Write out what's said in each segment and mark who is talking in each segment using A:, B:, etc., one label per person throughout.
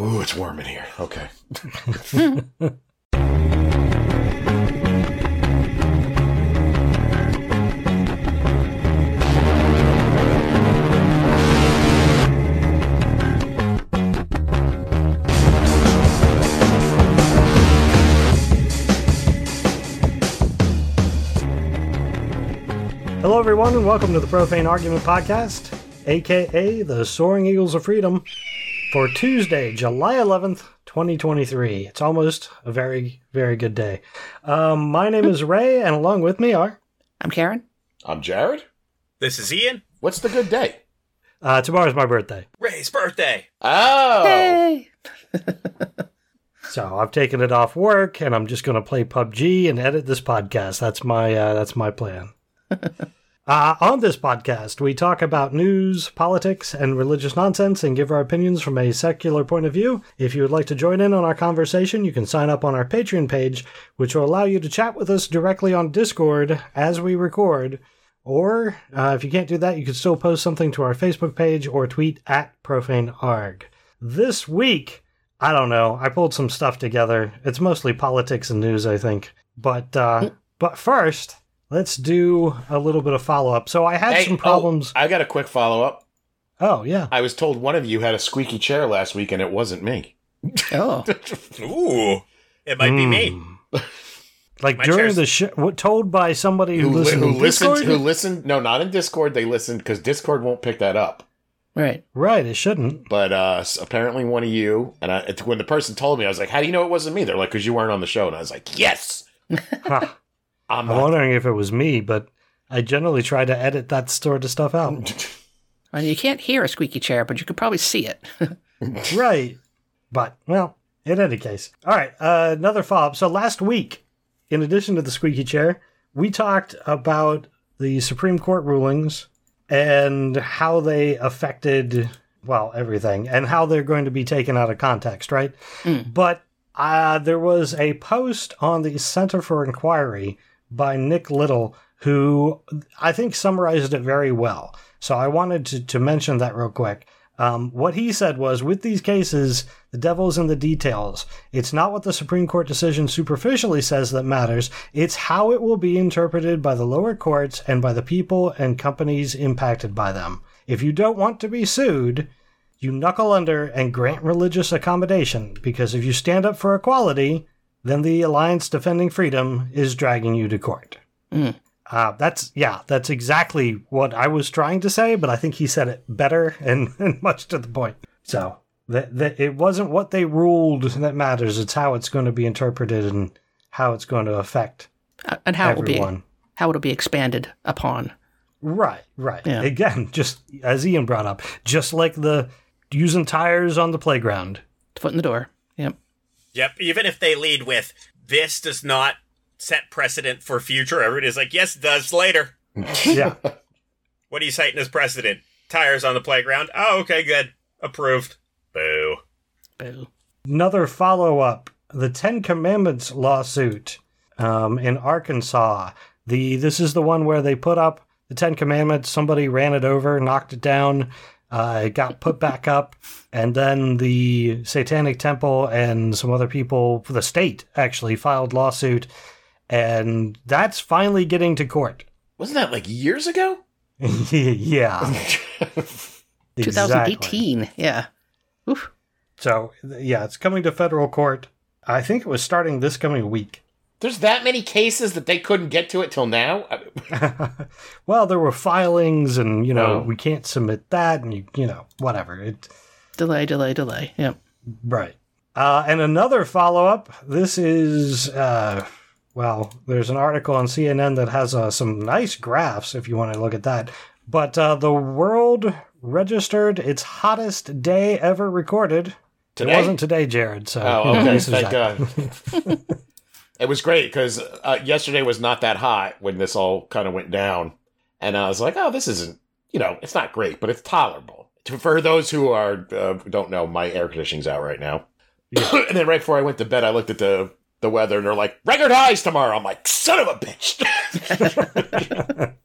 A: Ooh, it's warm in here. Okay.
B: Hello, everyone, and welcome to the Profane Argument Podcast, aka the Soaring Eagles of Freedom, for Tuesday, July 11th, 2023. It's almost a very, very good day. Um, my name is Ray, and along with me are
C: I'm Karen.
A: I'm Jared.
D: This is Ian.
A: What's the good day?
B: uh, tomorrow's my birthday.
D: Ray's birthday.
A: Oh,
C: Hey.
B: So I've taken it off work, and I'm just going to play PUBG and edit this podcast. That's my uh, that's my plan. uh, on this podcast, we talk about news, politics, and religious nonsense, and give our opinions from a secular point of view. If you would like to join in on our conversation, you can sign up on our Patreon page, which will allow you to chat with us directly on Discord as we record. Or uh, if you can't do that, you can still post something to our Facebook page or tweet at profanearg. This week, I don't know. I pulled some stuff together. It's mostly politics and news, I think. But uh, but first, let's do a little bit of follow up. So I had
A: Hey,
B: some problems.
A: oh, I got a quick follow up.
B: Oh, yeah.
A: I was told one of you had a squeaky chair last week, and it wasn't me.
C: Oh,
D: Ooh. It might be me.
B: Mm. like
D: My
B: during
D: chair's-
B: the show, told by somebody who,
A: li-
B: listened.
A: who
B: to
A: listened?
B: Discord?
A: Who listened? No, not in Discord. They listened because Discord won't pick that up.
C: right.
B: right, it shouldn't.
A: But uh, s- apparently, one of you and I, it's- when the person told me, I was like, "How do you know it wasn't me?" They're like, "Cause you weren't on the show." And I was like, "Yes,
B: Huh.
A: I'm
B: I'm
A: not."
B: wondering if it was me, but I generally try to edit that sort of stuff out.
C: And you can't hear a squeaky chair, but you could probably see it. Uh,
B: right. But, well, in any case. All right, uh, another follow up. So last week, in addition to the squeaky chair, we talked about the Supreme Court rulings and how they affected, well, everything and how they're going to be taken out of context, right? But uh, there was a post on the Center for Inquiry by Nick Little, who I think summarized it very well. So I wanted to, to mention that real quick. Um, what he said was with these cases, the devil's in the details. It's not what the Supreme Court decision superficially says that matters, it's how it will be interpreted by the lower courts and by the people and companies impacted by them. If you don't want to be sued, you knuckle under and grant religious accommodation because if you stand up for equality, then the Alliance Defending Freedom is dragging you to court.
C: Mm.
B: Uh, that's yeah, that's exactly what I was trying to say, but I think he said it better and, and much to the point. So that, that it wasn't what they ruled that matters; it's how it's going to be interpreted and how it's going to affect
C: Uh, And how it will
B: everyone.
C: be how it'll be expanded upon.
B: Right, right.
C: Yeah.
B: Again, just as Ian brought up, just like the using tires on the playground.
C: Foot in the door. Yep.
D: Yep. Even if they lead with this does not set precedent for future, everybody's like, yes, it does later.
B: Yeah.
D: What are you citing as precedent? Tires on the playground. Oh, okay, good. Approved. Boo.
C: Boo.
B: Another follow up the Ten Commandments lawsuit um, in Arkansas. The This is the one where they put up the Ten Commandments, somebody ran it over, knocked it down, uh, it got put back up, and then the Satanic Temple and some other people, the state actually, filed lawsuit. And that's finally getting to court.
A: Wasn't that like years ago?
B: yeah. Exactly.
C: 2018. Yeah. Oof.
B: So, th- yeah, it's coming to federal court. I think it was starting this coming week.
A: There's that many cases that they couldn't get to it till now. Uh, I-
B: well, there were filings, and, you know,
A: Oh.
B: we can't submit that, and, you, you know, whatever. It,
C: Delay, delay, delay. Yep.
B: Right. Uh, and another follow up. This is, uh, well, there's an article on CNN that has uh, some nice graphs if you want to look at that. But uh, the world registered its hottest day ever recorded.
A: Today?
B: It wasn't today, Jared. So
A: Oh, okay.
B: this is
A: Thank
B: that.
A: God. it was great because uh, yesterday was not that hot when this all kind of went down, and I was like, "Oh, this isn't. You know, it's not great, but it's tolerable." To- For those who are uh, don't know, my air conditioning's out right now, and then right before I went to bed, I looked at the the weather, and they're like, "Record highs tomorrow." I'm like, "Son of a bitch!"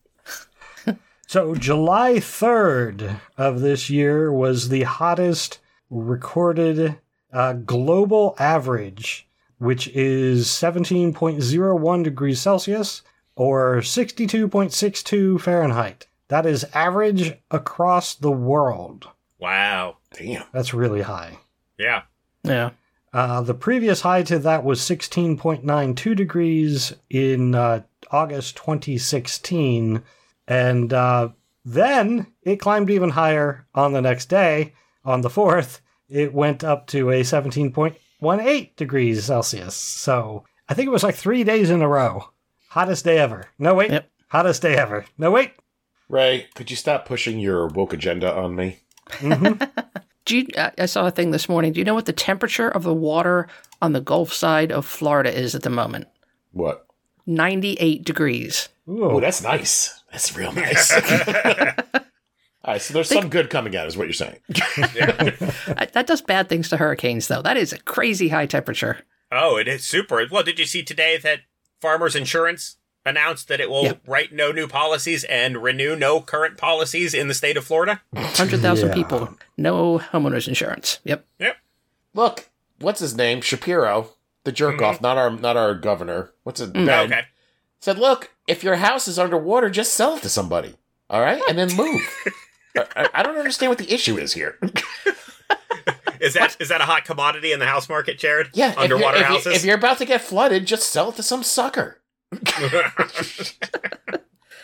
B: So July 3rd of this year was the hottest recorded uh, global average, which is 17.01 degrees Celsius or 62.62 Fahrenheit. That is average across the world.
D: Wow.
A: Damn.
B: That's really high.
D: Yeah.
C: Yeah.
B: Uh, the previous high to that was 16.92 degrees in uh, August 2016. And uh, then it climbed even higher on the next day, on the 4th. It went up to a 17.18 degrees Celsius. So I think it was like three days in a row. Hottest day ever. No, wait.
C: Yep.
B: Hottest day ever. No, wait.
A: Ray, could you stop pushing your woke agenda on me?
B: Mhm.
C: Do you, I I saw a thing this morning. Do you know what the temperature of the water on the Gulf side of Florida is at the moment?
A: What?
C: 98 degrees.
A: Oh,
B: Ooh.
A: that's nice. That's real nice. All right, so there's some good coming out, is what you're saying.
C: I, Uh, that does bad things to hurricanes, though. That is a crazy high temperature.
D: Oh, it is super. Well, did you see today that Farmers Insurance announced that it will
C: Yep.
D: write no new policies and renew no current policies in the state of Florida?
C: 100,000
B: Yeah.
C: people, no homeowners insurance. Yep.
A: Look, what's his name? Shapiro, the jerk off, not our not our governor. What's it? Ben,
D: Mm-hmm. Okay.
A: Said, look, if your house is underwater, just sell it to somebody. All right, and then move. I- I, I don't understand what the issue is here.
D: Is that is that a hot commodity in the house market, Jared?
A: Yeah, if you're-
D: Underwater
A: if you-
D: houses.
A: if you're about to get flooded, just sell it to some sucker.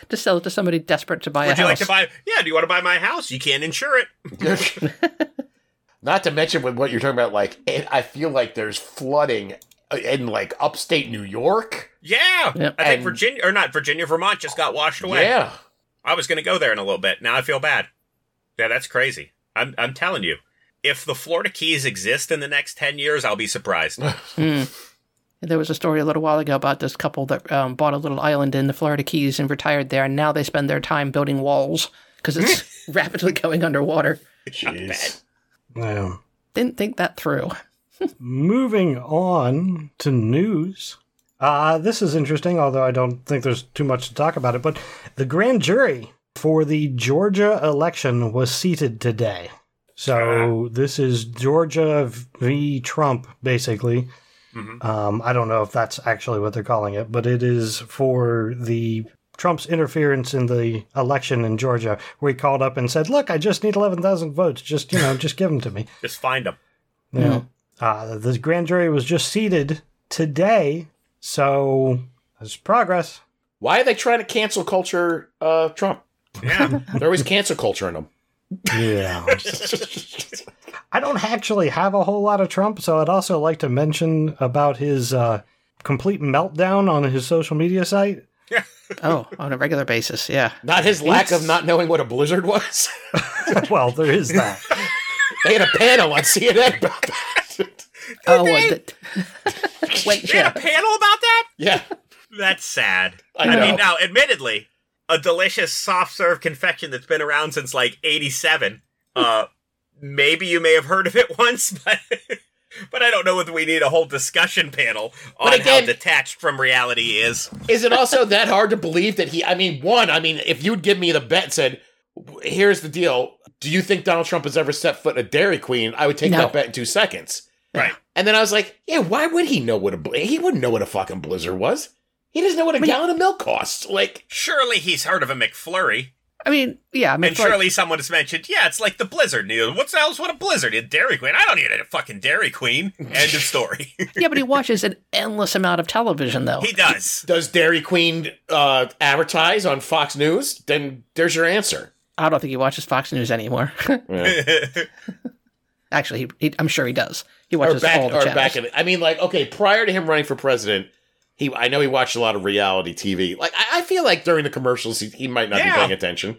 C: To sell it to somebody desperate to buy a
D: Would
C: house.
D: you like to buy? Yeah. Do you want to buy my house? You can't insure it.
A: Not to mention with what you're talking about, like it, I feel like there's flooding uh, in like upstate New York.
D: Yeah.
C: Yep.
D: I think
A: And-
D: Virginia or not Virginia, Vermont just got washed away.
A: Yeah,
D: I was going to go there in a little bit. Now I feel bad. Yeah, that's crazy. I'm I'm telling you, if the Florida Keys exist in the next ten years, I'll be surprised.
C: Hmm. There was a story a little while ago about this couple that um, bought a little island in the Florida Keys and retired there, and now they spend their time building walls because it's rapidly going underwater.
A: jeez.
B: Yeah.
C: Didn't think that through.
B: Moving on to news. Uh, this is interesting, although I don't think there's too much to talk about it. But the grand jury for the Georgia election was seated today. So this is Georgia v. Trump, basically.
D: Mhm.
B: Um, I don't know if that's actually what they're calling it, but it is for the Trump's interference in the election in Georgia, where he called up and said, "Look, I just need eleven thousand votes. Just you know, just give them to me."
D: Just find them.
B: Yeah. Uh, the grand jury was just seated today, so there's progress.
A: Why are they trying to cancel culture? Uh, Trump.
D: Yeah.
A: They're always cancel culture in them.
B: Yeah. I don't actually have a whole lot of Trump, so I'd also like to mention about his uh, complete meltdown on his social media site.
C: Oh, on a regular basis, yeah.
A: Not his lack of not knowing what a blizzard was.
B: well, there is that.
A: they had a panel on CNN about that.
C: Oh, well, that- wait,
D: They
C: yeah.
D: had a panel about that.
A: yeah,
D: That's sad.
A: I
D: I
A: know.
D: mean, now, admittedly, a delicious soft serve confection that's been around since like '87. Uh, maybe you may have heard of it once, but but I don't know whether we need a whole discussion panel on
A: But again-
D: how detached from reality is.
A: Is it also that hard to believe that he? I mean, one, I mean, if you'd give me the bet, and said, "Here's the deal. Do you think Donald Trump has ever set foot in a Dairy Queen?" I would take
C: No.
A: that bet in two seconds.
D: Right.
A: And then I was like, "Yeah, why would he know what a bl- he wouldn't know what a fucking blizzard was? He doesn't know what a gallon of milk costs. Like,
D: Surely he's heard of a McFlurry,
C: I mean, yeah. I mean,
D: and
C: it's like-
D: surely someone has mentioned, yeah, it's like the Blizzard. You know, What's the hell's what a Blizzard? A Dairy Queen? I don't need a fucking Dairy Queen. End of story.
C: yeah, but he watches an endless amount of television, though.
D: he does.
A: does Dairy Queen uh, advertise on Fox News? Then there's your answer."
C: I don't think he watches Fox News anymore.
D: Oh,
C: Actually, he, he, I'm sure he does. He
A: or
C: watches
A: back
C: all the
A: or
C: channels.
A: back in the, I mean like okay prior to him running for president he I know he watched a lot of reality TV like I, I feel like during the commercials he, he might not
D: Yeah.
A: be paying attention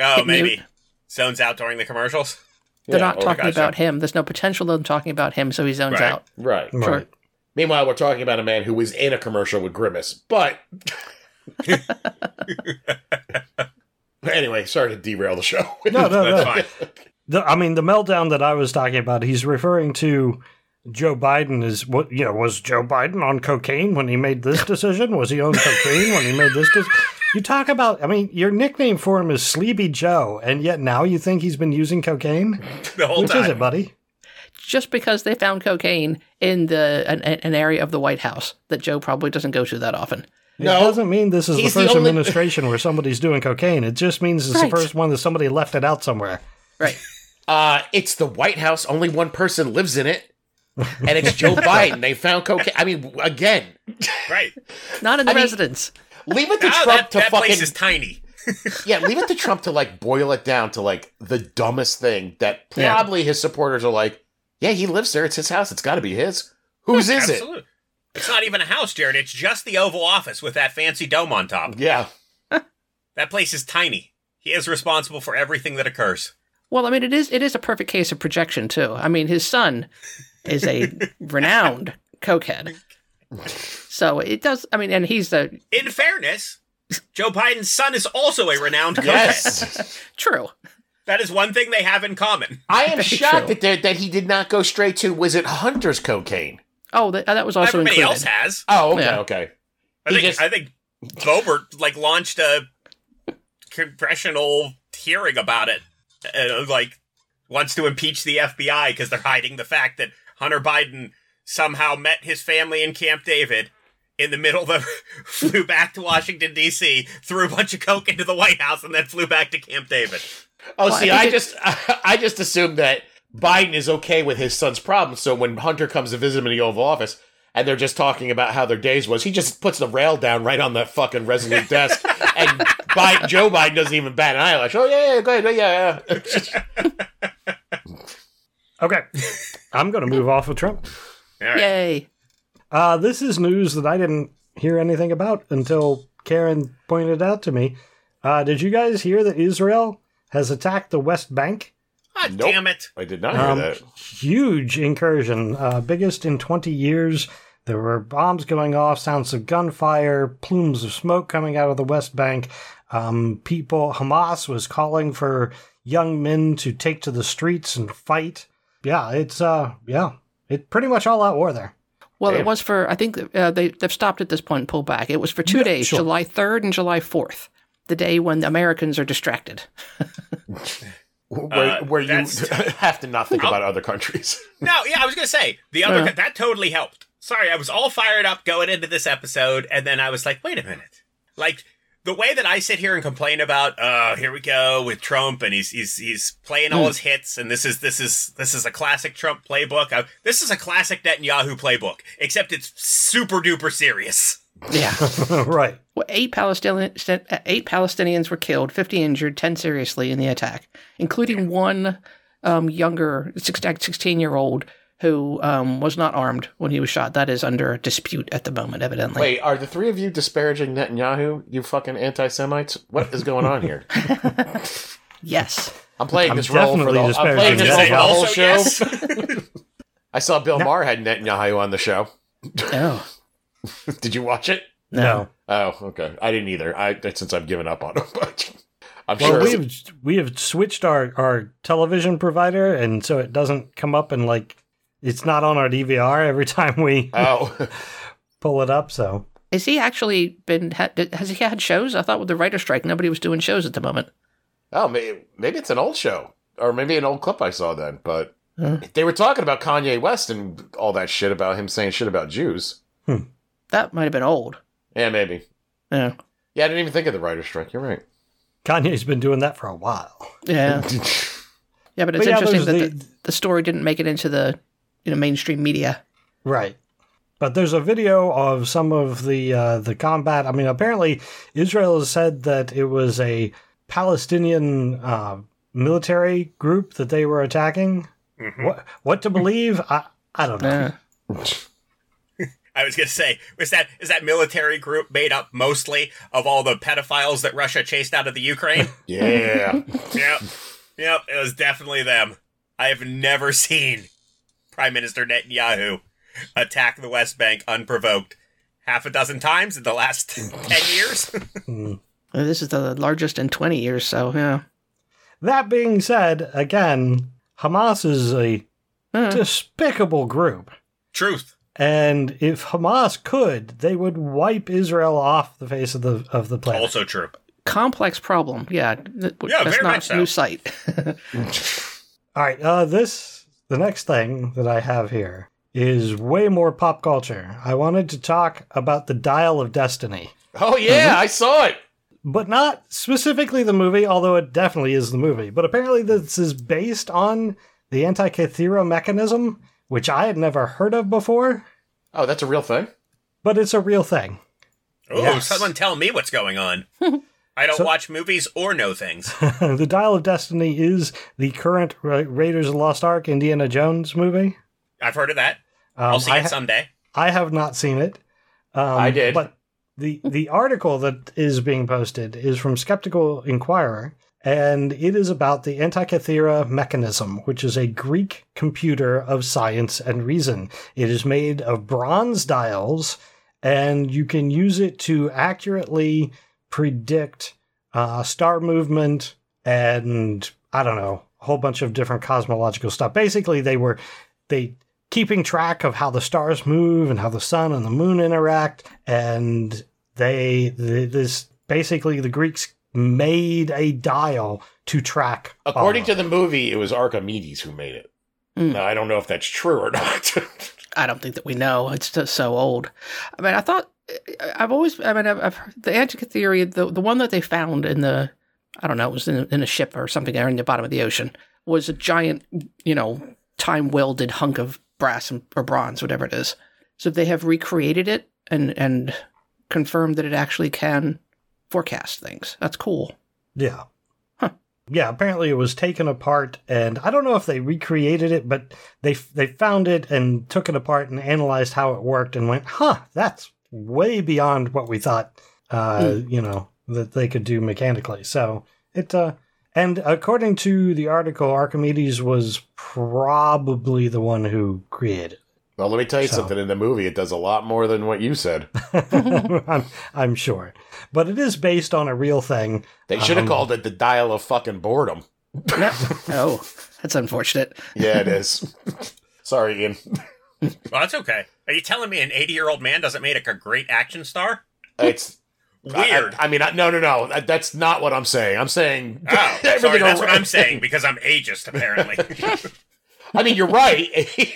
D: oh,
C: Hit mute.
D: maybe. Zones out during the commercials.
C: They're
A: Yeah, Oh
C: not
A: or-
C: talking
D: oh, gotcha.
C: about him. There's no potential of them talking about him, so he zones
D: Right.
C: out.
A: right
C: Sure.
A: meanwhile we're talking about a man who was in a commercial with Grimace but anyway sorry to derail the show
B: No, no,
D: That's
B: Oh, no.
D: fine.
B: The, I mean, the meltdown that I was talking about, he's referring to Joe Biden is what you know. Was Joe Biden on cocaine when he made this decision? Was he on cocaine when he made this decision? You talk about. I mean, your nickname for him is Sleepy Joe, and yet now you think he's been using cocaine.
D: The whole
B: Which
D: time.
B: is it, buddy?
C: just because they found cocaine in the an, an area of the White House that Joe probably doesn't go to that often.
A: No.
B: it doesn't mean this is the
A: He's the
B: first
A: only-
B: administration where somebody's doing cocaine. It just means it's
C: Right.
B: the first one that somebody left it out somewhere.
C: Right.
A: Uh, it's the White House. Only one person lives in it, and it's Joe Biden. They found cocaine. I mean, again,
D: Right.
C: Not in the
A: I mean-
C: residence.
A: leave it to
D: Now
A: Trump
D: that,
A: to
D: that
A: fucking
D: place is tiny.
A: yeah. Leave it to Trump to like boil it down to like the dumbest thing that
C: Yeah.
A: probably his supporters are like, yeah, he lives there. It's his house. It's got to be his. Whose is it?
D: Absolutely. It's not even a house, Jared. It's just the Oval Office with that fancy dome on top.
A: Yeah.
D: That place is tiny. He is responsible for everything that occurs.
C: Well, I mean, it is it is a perfect case of projection too. I mean, his son is a renowned cokehead, so it does. I mean, and he's the
D: In fairness, Joe Biden's son is also a renowned coach.
A: Yes.
C: true.
D: That is one thing they have in common.
A: I am
C: Very
A: shocked
C: true.
A: that there, that he did not go straight to was it Hunter's cocaine?
C: Oh, that, that was also
D: Everybody
C: included.
D: else has.
A: Oh, okay,
C: Yeah.
A: okay.
D: I
A: He
D: think
A: just-
D: I think Boebert like launched a congressional hearing about it, and, like wants to impeach the FBI because they're hiding the fact that Hunter Biden somehow met his family in Camp David. In the middle of the flew back to Washington D.C., threw a bunch of coke into the White House, and then flew back to Camp David.
A: Oh,
C: Well, I
A: see,
C: think
A: I,
C: it-
A: just I just assumed that Biden is okay with his son's problems. So when Hunter comes to visit him in the Oval Office and they're just talking about how their days was, he just puts the rail down right on that fucking resolute desk, and Biden, Joe Biden doesn't even bat an eyelash. Oh yeah, yeah, go ahead, yeah, yeah.
B: Okay. I'm going to move off of Trump.
D: All right.
C: Yay!
B: Uh, this is news that I didn't hear anything about until Karen pointed out to me. Uh, did you guys hear that Israel has attacked the West Bank?
D: Ah,
A: Nope.
D: damn it!
A: I did not hear
B: Um,
A: that.
B: huge incursion, uh, biggest in 20 years. There were bombs going off, sounds of gunfire, plumes of smoke coming out of the West Bank. Um, people, Hamas was calling for young men to take to the streets and fight. Yeah, it's uh, yeah, it pretty much all out war there.
C: Well,
A: Damn.
C: it was for I think uh, they they've stopped at this point and pulled back. It was for two days,
B: sure.
C: July third and July fourth, the day when Americans are distracted.
A: Where, where you
D: that's-
A: have to not think about other countries.
D: No, yeah, I was gonna say the other
C: Yeah.
D: that totally helped. Sorry, I was all fired up going into this episode, and then I was like, wait a minute, like the way that I sit here and complain about, uh, here we go with Trump, and he's he's he's playing all his hits, and this is this is this is a classic Trump playbook. I, this is a classic Netanyahu playbook, except it's super duper serious.
C: Yeah.
B: right.
C: Well, eight Palestinian uh, eight Palestinians were killed, fifty injured, ten seriously in the attack, including one um, younger sixteen year old who um, was not armed when he was shot. That is under dispute at the moment, evidently.
A: Wait, are the three of you disparaging Netanyahu? You fucking anti-Semites! What is going on here?
C: Yes.
A: I'm playing
B: I'm
A: this role for the.
B: definitely
A: I'm playing
B: disparaging
A: this role for the
B: Netanyahu.
A: whole show.
D: Also, yes.
A: I saw Bill Maher had Netanyahu on the show.
C: Oh
A: Did you watch it?
C: no.
A: Oh, okay. I didn't either. I since I've given up on him, but I'm
B: Well,
A: sure.
B: we've we have switched our our television provider, and so it doesn't come up and like it's not on our DVR every time we
A: Oh,
B: pull it up. So
C: Has he actually been? Ha- did- has he had shows? I thought with the writer strike, nobody was doing shows at the moment.
A: oh, maybe, maybe it's an old show or maybe an old clip I saw then. But they were talking about Kanye West and all that shit about him saying shit about Jews.
C: That might have been old.
A: Yeah, maybe.
C: Yeah.
A: Yeah, I didn't even think of the writer's strike. You're right.
B: Kanye's been doing that for a while.
C: Yeah. Yeah, but it's
B: But yeah,
C: interesting that
B: there's
C: the,
B: the-
C: the, story didn't make it into the you know mainstream media.
B: Right. But there's a video of some of the uh, the combat. I mean, apparently Israel has said that it was a Palestinian uh, military group that they were attacking.
A: Hmm.
D: Mm-hmm.
B: What what to believe? I I don't know.
C: Yeah.
D: I was gonna say, is that is that military group made up mostly of all the pedophiles that Russia chased out of the Ukraine?
A: Yeah.
D: yep. Yep. It was definitely them. I have never seen Prime Minister Netanyahu attack the West Bank unprovoked half a dozen times in the last 10 years.
B: Hmm.
C: Uh, This is the largest in 20 years, so yeah.
B: That being said, again, Hamas is a
C: Uh,
B: despicable group,
D: Truth.
B: and if Hamas could, they would wipe Israel off the face of the of the planet.
D: Also true.
C: complex problem, yeah. Th- w-
D: Yeah,
C: that's
D: very
C: not
D: much so.
C: new sight.
B: All right, uh, this The next thing that I have here is way more pop culture. I wanted to talk about the Dial of Destiny,
A: Oh yeah,
B: Uh-huh.
A: I saw it.
B: but not specifically the movie, although it definitely is the movie. But apparently, this is based on the Antikythera mechanism, which I had never heard of before,
A: Oh, that's a real thing.
B: but it's a real thing.
D: Oh,
B: Yes.
D: someone tell me what's going on. I don't watch movies or know things.
B: the Dial of Destiny is the current Ra- Raiders of the Lost Ark Indiana Jones movie.
D: I've heard of that.
B: Um,
D: I'll see
B: I
D: it
B: ha-
D: someday.
B: I have not seen it. Um,
A: I did.
B: But the the article that is being posted is from Skeptical Inquirer, and it is about the Antikythera mechanism, which is a Greek computer of science and reason. It is made of bronze dials, and you can use it to accurately predict uh, star movement and I don't know a whole bunch of different cosmological stuff. Basically, they were they keeping track of how the stars move and how the sun and the moon interact. And they, th this basically the Greeks made a dial to track.
A: According
B: all
A: to
B: of
A: the movie, it was Archimedes who made it.
B: Hmm.
C: Mm.
A: Now, I don't know if that's true or not.
C: I don't think that we know. It's just so old. I mean, I thought I've always. I mean, I've, I've heard the Antica theory, the the one that they found in the, I don't know, it was in, in a ship or something, or in the bottom of the ocean, was a giant, you know, time welded hunk of brass and, or bronze, whatever it is. So they have recreated it and and confirmed that it actually can forecast things. That's cool.
B: it. yeah,
C: Huh.
B: yeah. Apparently, it was taken apart, and I don't know if they recreated it, but they f- they found it and took it apart and analyzed how it worked and went, huh, that's way beyond what we thought. Uh, You know that they could do mechanically. So It uh and according to the article, Archimedes was probably the one who created.
A: well, let me tell you
B: So-
A: something. In the movie, it does a lot more than what you said.
B: it. I'm, I'm sure, but it is based on a real thing.
A: They should have
B: Um,
A: called it the dial of fucking boredom.
C: oh, that's unfortunate.
A: Yeah, it is. Sorry, Ian.
D: Well, that's okay. Are you telling me an 80 year old man doesn't make a great action star?
A: It's I-
D: Weird.
A: I, I mean, I, no, no, no. That, that's not what I'm saying. I'm saying
D: Oh, sorry,
A: everything
D: that's what
A: around-
D: I'm saying because I'm ageist, apparently.
A: I mean, you're right,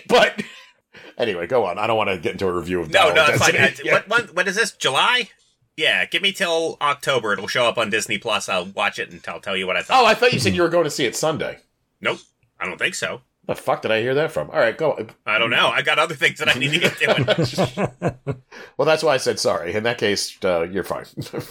A: but anyway, go on. I don't want to get into a review of
D: no,
A: Dial
D: no,
A: of
D: it's fine.
A: Destiny.
D: I- What, what, what is this, July? Yeah, give me till October. It'll show up on Disney Plus. I'll watch it and I'll tell you what I thought.
A: Oh, I thought you said you were going to see it Sunday.
D: Nope, I don't think so.
A: The fuck did I hear that from? All right, go. on.
D: I don't know. I got other things that I need to get doing.
A: Well, that's why I said sorry. In that case, uh, you're fine.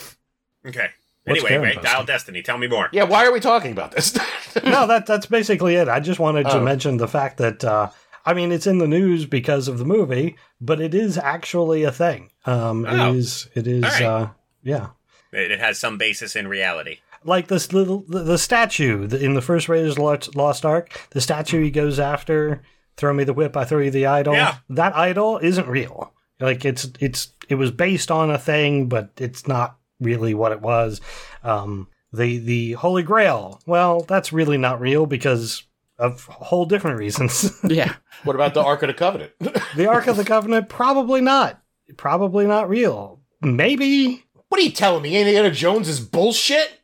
D: Okay. Anyway, wait,
B: Karen
D: Dial
B: posting?
D: Destiny. Tell me more.
A: yeah, why are we talking about this?
B: no, that that's basically it. I just wanted to
A: Oh.
B: mention the fact that uh, I mean it's in the news because of the movie, but it is actually a thing. Um,
D: Oh.
B: It is. It is.
D: All right.
B: Uh, yeah.
D: It, it has some basis in reality.
B: like this little the, the statue th- in the first Raiders of the Lost- Lost Ark. The statue he goes after, throw me the whip, I throw you the idol.
D: Yeah.
B: That idol isn't real. Like it's it's it was based on a thing, but it's not really what it was. Um, the the Holy Grail. Well, that's really not real because of whole different reasons.
C: Yeah.
A: what about the Ark of the Covenant?
B: the Ark of the Covenant probably not, probably not real. Maybe
A: what are you telling me? Indiana Jones is bullshit.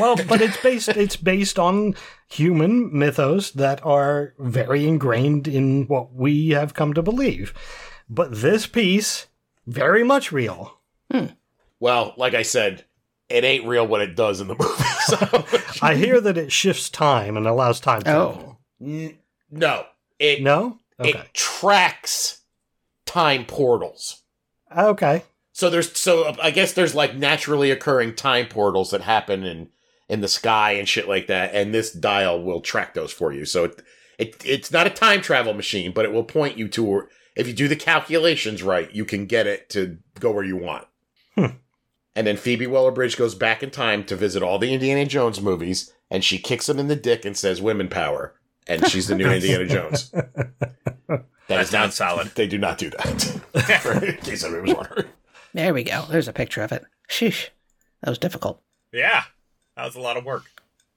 B: well, but it's based it's based on human mythos that are very ingrained in what we have come to believe. But this piece, very much real.
A: Well, like I said, it ain't real what it does in the movie. So
B: I hear that it shifts time and allows time
C: Oh.
B: travel.
A: N- no, it
B: No? Okay.
A: it tracks time portals.
B: okay.
A: So there's so uh, I guess there's like naturally occurring time portals that happen in in the sky and shit like that, and this dial will track those for you. So it, it it's not a time travel machine, but it will point you to if you do the calculations right, you can get it to go where you want.
B: Hmm.
A: And then Phoebe Waller-Bridge goes back in time to visit all the Indiana Jones movies, and she kicks him in the dick and says "women power," and she's the new Indiana Jones. That
D: That
A: is not
D: sounds solid.
A: They do not do that. For- in case I was wondering.
C: There we go. There's a picture of it. Sheesh. That was difficult.
D: Yeah, that was a lot of work.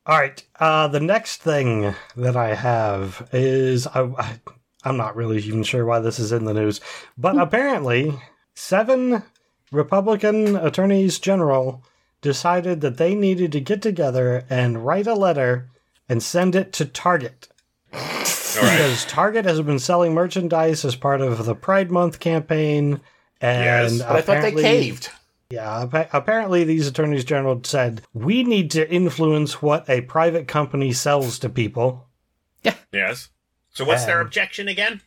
B: All right. Uh, the next thing that I have is I, I, I'm not really even sure why this is in the news, but
A: Hmm.
B: apparently, seven Republican attorneys general decided that they needed to get together and write a letter and send it to Target.
D: All right.
B: because Target has been selling merchandise as part of the Pride Month campaign. And
D: Yes,
A: But I thought they
B: apparently-
A: caved.
B: Yeah, appa- apparently these attorneys general said we need to influence what a private company sells to people.
D: Yes. So what's their
B: Um,
D: objection again?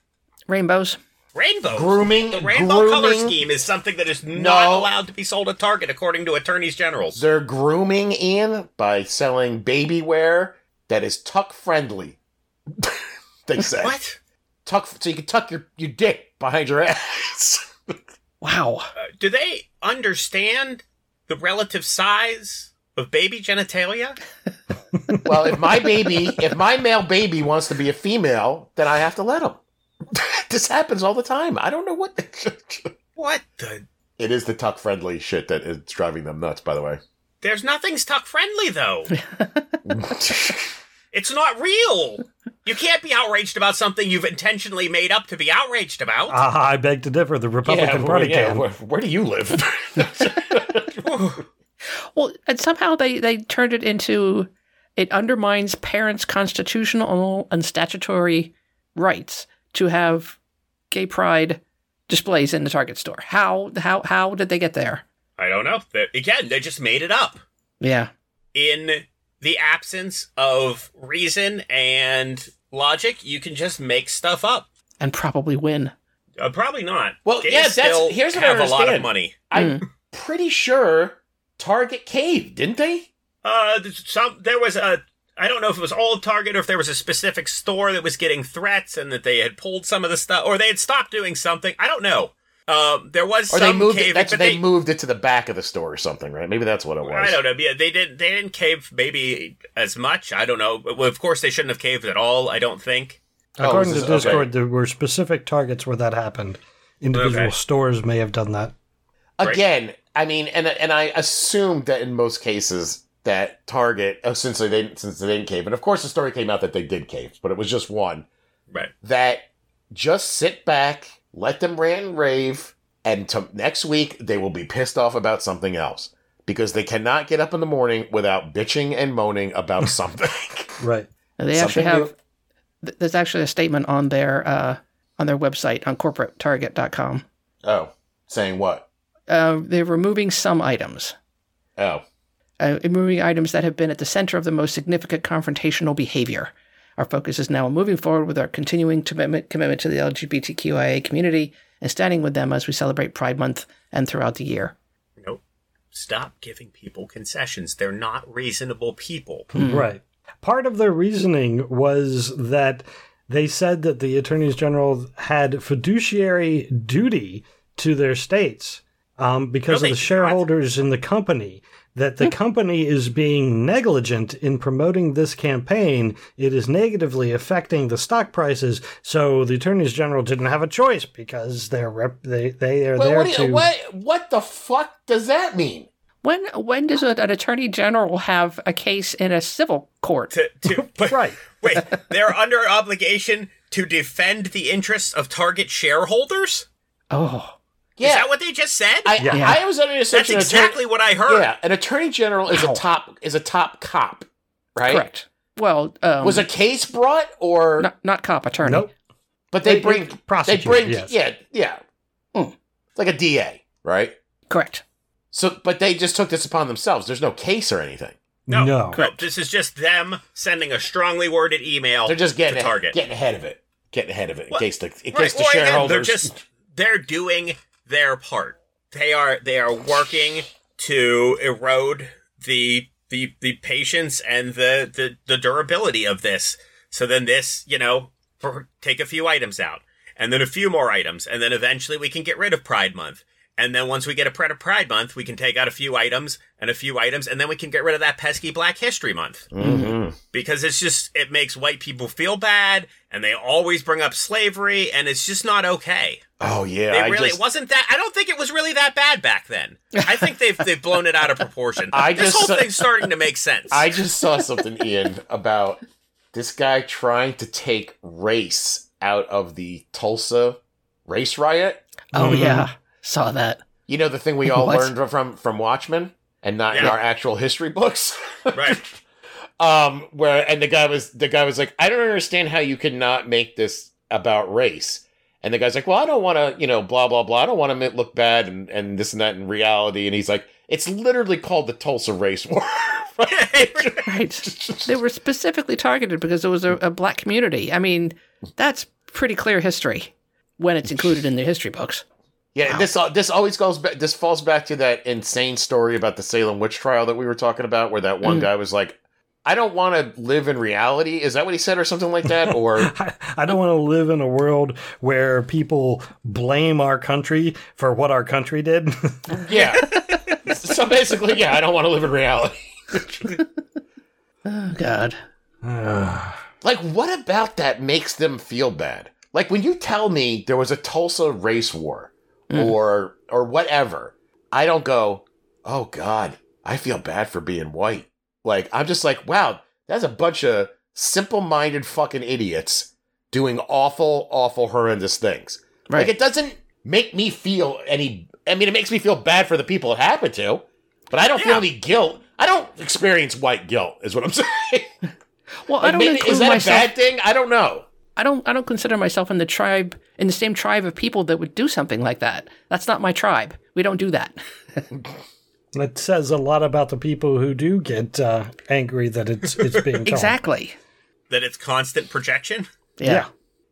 C: Rainbows.
D: Rainbows.
A: Grooming-
D: The rainbow color
A: grooming-
D: scheme is something that is not
A: No.
D: allowed to be sold at Target, according to attorneys generals.
A: They're grooming Ian by selling baby wear that is tuck friendly. they said
D: What?
A: tuck, so you can tuck your, your dick behind your ass.
C: Wow.
D: Uh, do they understand the relative size of baby genitalia?
A: well, if my baby, if my male baby wants to be a female, then I have to let him. this happens all the time. I don't know what.
D: What the?
A: it is the tuck friendly shit that is driving them nuts. By the way,
D: There's nothing's tuck friendly though. It's not real. You can't be outraged about something you've intentionally made up to be outraged about.
A: Uh,
B: Ah, I beg to differ. The Republican
A: Yeah,
B: Party
A: yeah,
B: can.
A: where, where do you live?
C: Well, and somehow they, they turned it into it undermines parents' constitutional and statutory rights to have gay pride displays in the Target store. How how how did they get there?
D: I don't know. They- again, they just made it up
C: Yeah.
D: in the absence of reason and logic. You can just make stuff up.
C: And probably win.
D: Uh, probably not.
A: Well,
D: Gays
A: yeah, that's-
D: still
A: here's what I
D: have a lot of
A: understand.
D: money.
A: I'm pretty sure Target caved, didn't they?
D: Uh, th- some there was a. I don't know if it was all Target or if there was a specific store that was getting threats and that they had pulled some of the stuff or they had stopped doing something. I don't know. Um, there was
A: Or
D: some
A: they moved
D: cave,
A: it. That's,
D: but
A: they, moved it to the back of the store or something, right? Maybe that's what it was.
D: I don't know. Yeah, they didn't. They didn't cave maybe as much. I don't know. Well, of course, they shouldn't have caved at all. I don't think.
A: Oh,
B: According
A: this
B: to
A: is- okay.
B: Discord, there were specific targets where that happened. Individual
D: Okay.
B: stores may have done that.
A: Again, I mean, and and I assumed that in most cases that Target, oh, since they didn't, since they didn't cave, and of course the story came out that they did cave, but it was just one
D: Right.
A: that just sit back, let them rant and rave, and to, next week they will be pissed off about something else because they cannot get up in the morning without bitching and moaning about something.
B: Right.
C: And They actually
A: Something
C: have th- there's actually a statement on their uh, on their website on corporatetarget.com.
A: oh, saying what?
C: Uh, they're removing some items.
A: Oh,
C: uh, removing items that have been at the center of the most significant confrontational behavior. Our focus is now on moving forward with our continuing commitment, commitment to the LGBTQIA community and standing with them as we celebrate Pride Month and throughout the year.
D: Nope. Stop giving people concessions. They're not reasonable people.
A: Hmm.
B: Right. Part of their reasoning was that they said that the attorneys general had fiduciary duty to their states um,
D: No,
B: because of
D: they do
B: the
D: not.
B: shareholders in the company. That
A: Hmm.
B: the company is being negligent in promoting this campaign. It is negatively affecting the stock prices. So the attorneys general didn't have a choice because they're rep- they they are
A: well,
B: there
A: what, do
B: to
A: you- what? What the fuck does that mean?
C: When when does an, an attorney general have a case in a civil court?
D: To, to, but,
B: right.
D: Wait, they're under obligation to defend the interests of Target shareholders?
C: Oh,
D: Is
A: Yeah,
D: that what they just said?
A: I,
B: Yeah.
A: I, I was under the
D: That's
A: assumption attorney-
D: exactly what I heard.
A: yeah, an attorney general is a top is a top cop, right?
C: correct. Well, um,
A: Was a case brought or
C: not, not cop attorney.
B: Nope.
A: but they
B: They-
A: bring
B: they
A: they
B: prosecute,
A: bring
B: yes.
A: yeah yeah
C: Mm.
A: It's like a DA right
C: Correct.
A: so but they just took this upon themselves there's no case or anything
D: No.
B: no.
D: Nope, This is just them sending a strongly worded email
A: they're just
D: Oh, to
A: getting
D: Target.
A: getting ahead of it getting ahead of it in
D: Well,
A: case the in
D: Right,
A: case the
D: or again,
A: shareholders
D: they're just they're doing their part. They are they are working to erode the the the patience and the the, the durability of this. So then this, you know, for, take a few items out, and then a few more items, and then eventually we can get rid of Pride Month. And then once we get a Pride Pride Month, we can take out a few items and a few items, and then we can get rid of that pesky Black History Month
A: Mhm.
D: because it's just it makes white people feel bad and they always bring up slavery and it's just not okay.
A: oh yeah
D: They
A: I
D: really
A: just
D: it wasn't that I don't think it was really that bad back then. I think they've they've blown it out of proportion.
A: I
D: this
A: just
D: whole
A: saw-
D: thing's starting to make sense.
A: I just saw something Ian about this guy trying to take race out of the Tulsa race riot
C: Oh
A: Mm-hmm.
B: Mhm.
C: yeah, saw that.
A: You know the thing we all
C: What?
A: learned from from Watchmen and not in
D: Yeah.
A: our actual history books.
D: right.
A: Um, where and the guy was the guy was like, I don't understand how you could not make this about race. And the guy's like, Well, I don't want to, you know, blah blah blah. I don't want to look bad and and this and that in reality. And he's like, It's literally called the Tulsa Race War.
C: Right. They were specifically targeted because there was a, a black community. I mean, that's pretty clear history when it's included in the history books.
A: Yeah,
C: Wow.
A: this al- this always goes back. This falls back to that insane story about the Salem witch trial that we were talking about, where that one
C: Mm.
A: guy was like, "I don't want to live in reality." Is that what he said, or something like that? Or
B: I, I don't want to live in a world where people blame our country for what our country did.
A: yeah. so basically, yeah, I don't want to live in reality.
C: Oh, God.
A: Like, what about that makes them feel bad? Like when you tell me there was a Tulsa race war
C: Mm.
A: or or whatever, I don't go, "Oh God, I feel bad for being white." Like I'm just like, "Wow, that's a bunch of simple-minded fucking idiots doing awful, awful, horrendous things."
C: Right.
A: Like it doesn't make me feel any. I mean, it makes me feel bad for the people it happened to, but I don't feel
D: Yeah.
A: any guilt. I don't experience white guilt, is what I'm saying.
C: well, I
A: Like,
C: don't
A: maybe-
C: include
A: is that
C: myself.
A: a bad thing? I don't know.
C: I don't. I don't consider myself in the tribe in the same tribe of people that would do something like that. That's not my tribe. We don't do that.
B: That says a lot about the people who do get uh, angry that it's it's being told.
C: Exactly.
D: that it's constant projection.
C: Yeah.
B: Yeah.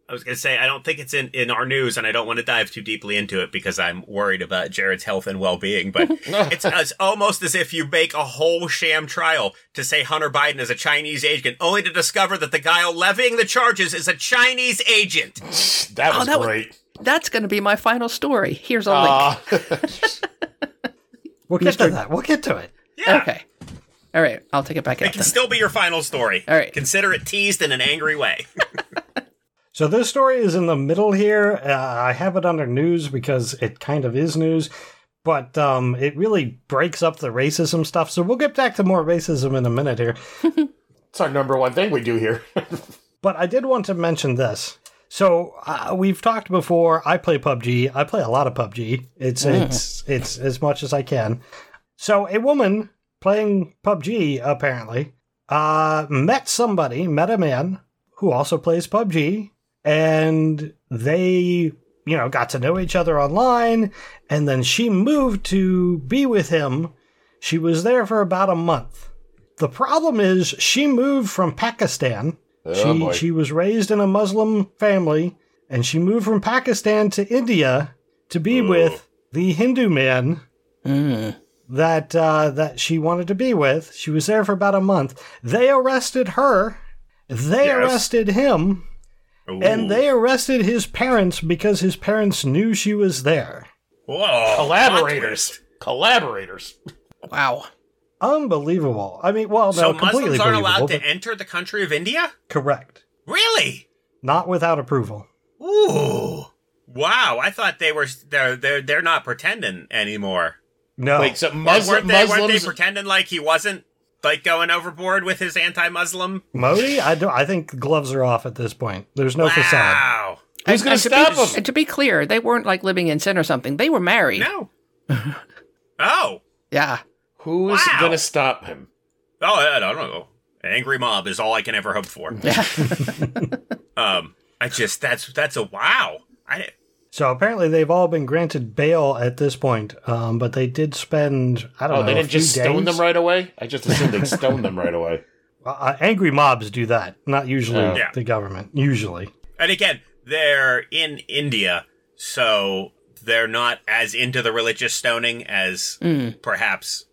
D: I was going to say, I don't think it's in, in our news, and I don't want to dive too deeply into it because I'm worried about Jared's health and well being. But it's, it's almost as if you make a whole sham trial to say Hunter Biden is a Chinese agent, only to discover that the guy levying the charges is a Chinese agent.
A: That was
C: Oh, that was-
A: great.
C: That's going to be my final story. Here's a link.
A: Uh,
B: We'll get to that. We'll get to it.
D: Yeah.
C: Okay. All right. I'll take it back
D: It
C: out
D: can
C: then.
D: still be your final story.
C: All right.
D: Consider it teased in an angry way.
B: So this story is in the middle here. Uh, I have it under news because it kind of is news, but um, it really breaks up the racism stuff. So we'll get back to more racism in a minute here.
A: it's our number one thing we do here.
B: But I did want to mention this. So uh, we've talked before. I play PUBG. I play a lot of PUBG. It's it's it's as much as I can. So a woman playing PUBG apparently uh, met somebody, met a man who also plays PUBG, and they you know got to know each other online, and then she moved to be with him. She was there for about a month. The problem is she moved from Pakistan.
A: oh
B: She
A: boy.
B: she was raised in a Muslim family, and she moved from Pakistan to India to be with the Hindu man
C: Mm.
B: that uh, that she wanted to be with. She was there for about a month. They arrested her. They
D: Yes.
B: arrested him,
D: Ooh.
B: and they arrested his parents because his parents knew she was there.
D: Whoa.
A: Collaborators. Collaborators.
C: Mm. Wow.
B: Unbelievable. I mean, well, no,
D: So
B: completely
D: Muslims aren't allowed
B: believable,
D: to
B: but
D: enter the country of India?
B: correct.
D: Really?
B: Not without approval.
D: Ooh. Wow, I thought they were they're they're, they're not pretending anymore.
B: No.
A: Wait, so
D: Or weren't,
A: Muslim,
D: they, weren't they
A: Muslims.
D: pretending like he wasn't like going overboard with his anti-Muslim?
B: Modi, I, do, I think gloves are off at this point. There's no facade.
D: Wow.
A: Who's gonna
C: And- and to
A: stop
C: be-
A: 'em?
C: And to be clear, they weren't like living in sin or something. They were married.
D: No. oh.
C: Yeah.
A: Who's
D: Wow.
A: going to stop him?
D: Oh, I I don't know. An angry mob is all I can ever hope for.
C: Yeah.
D: Um, I just that's that's a wow. I
B: So apparently they've all been granted bail at this point, um, but they did spend I don't
A: Oh,
B: know.
A: they
B: a
A: didn't
B: few
A: just stone
B: days-
A: them right away? I just assumed they stoned them right away.
B: Uh, angry mobs do that, not usually
A: Oh.
D: Yeah.
B: the government. Usually,
D: and again, they're in India, so they're not as into the religious stoning as
C: Mm.
D: perhaps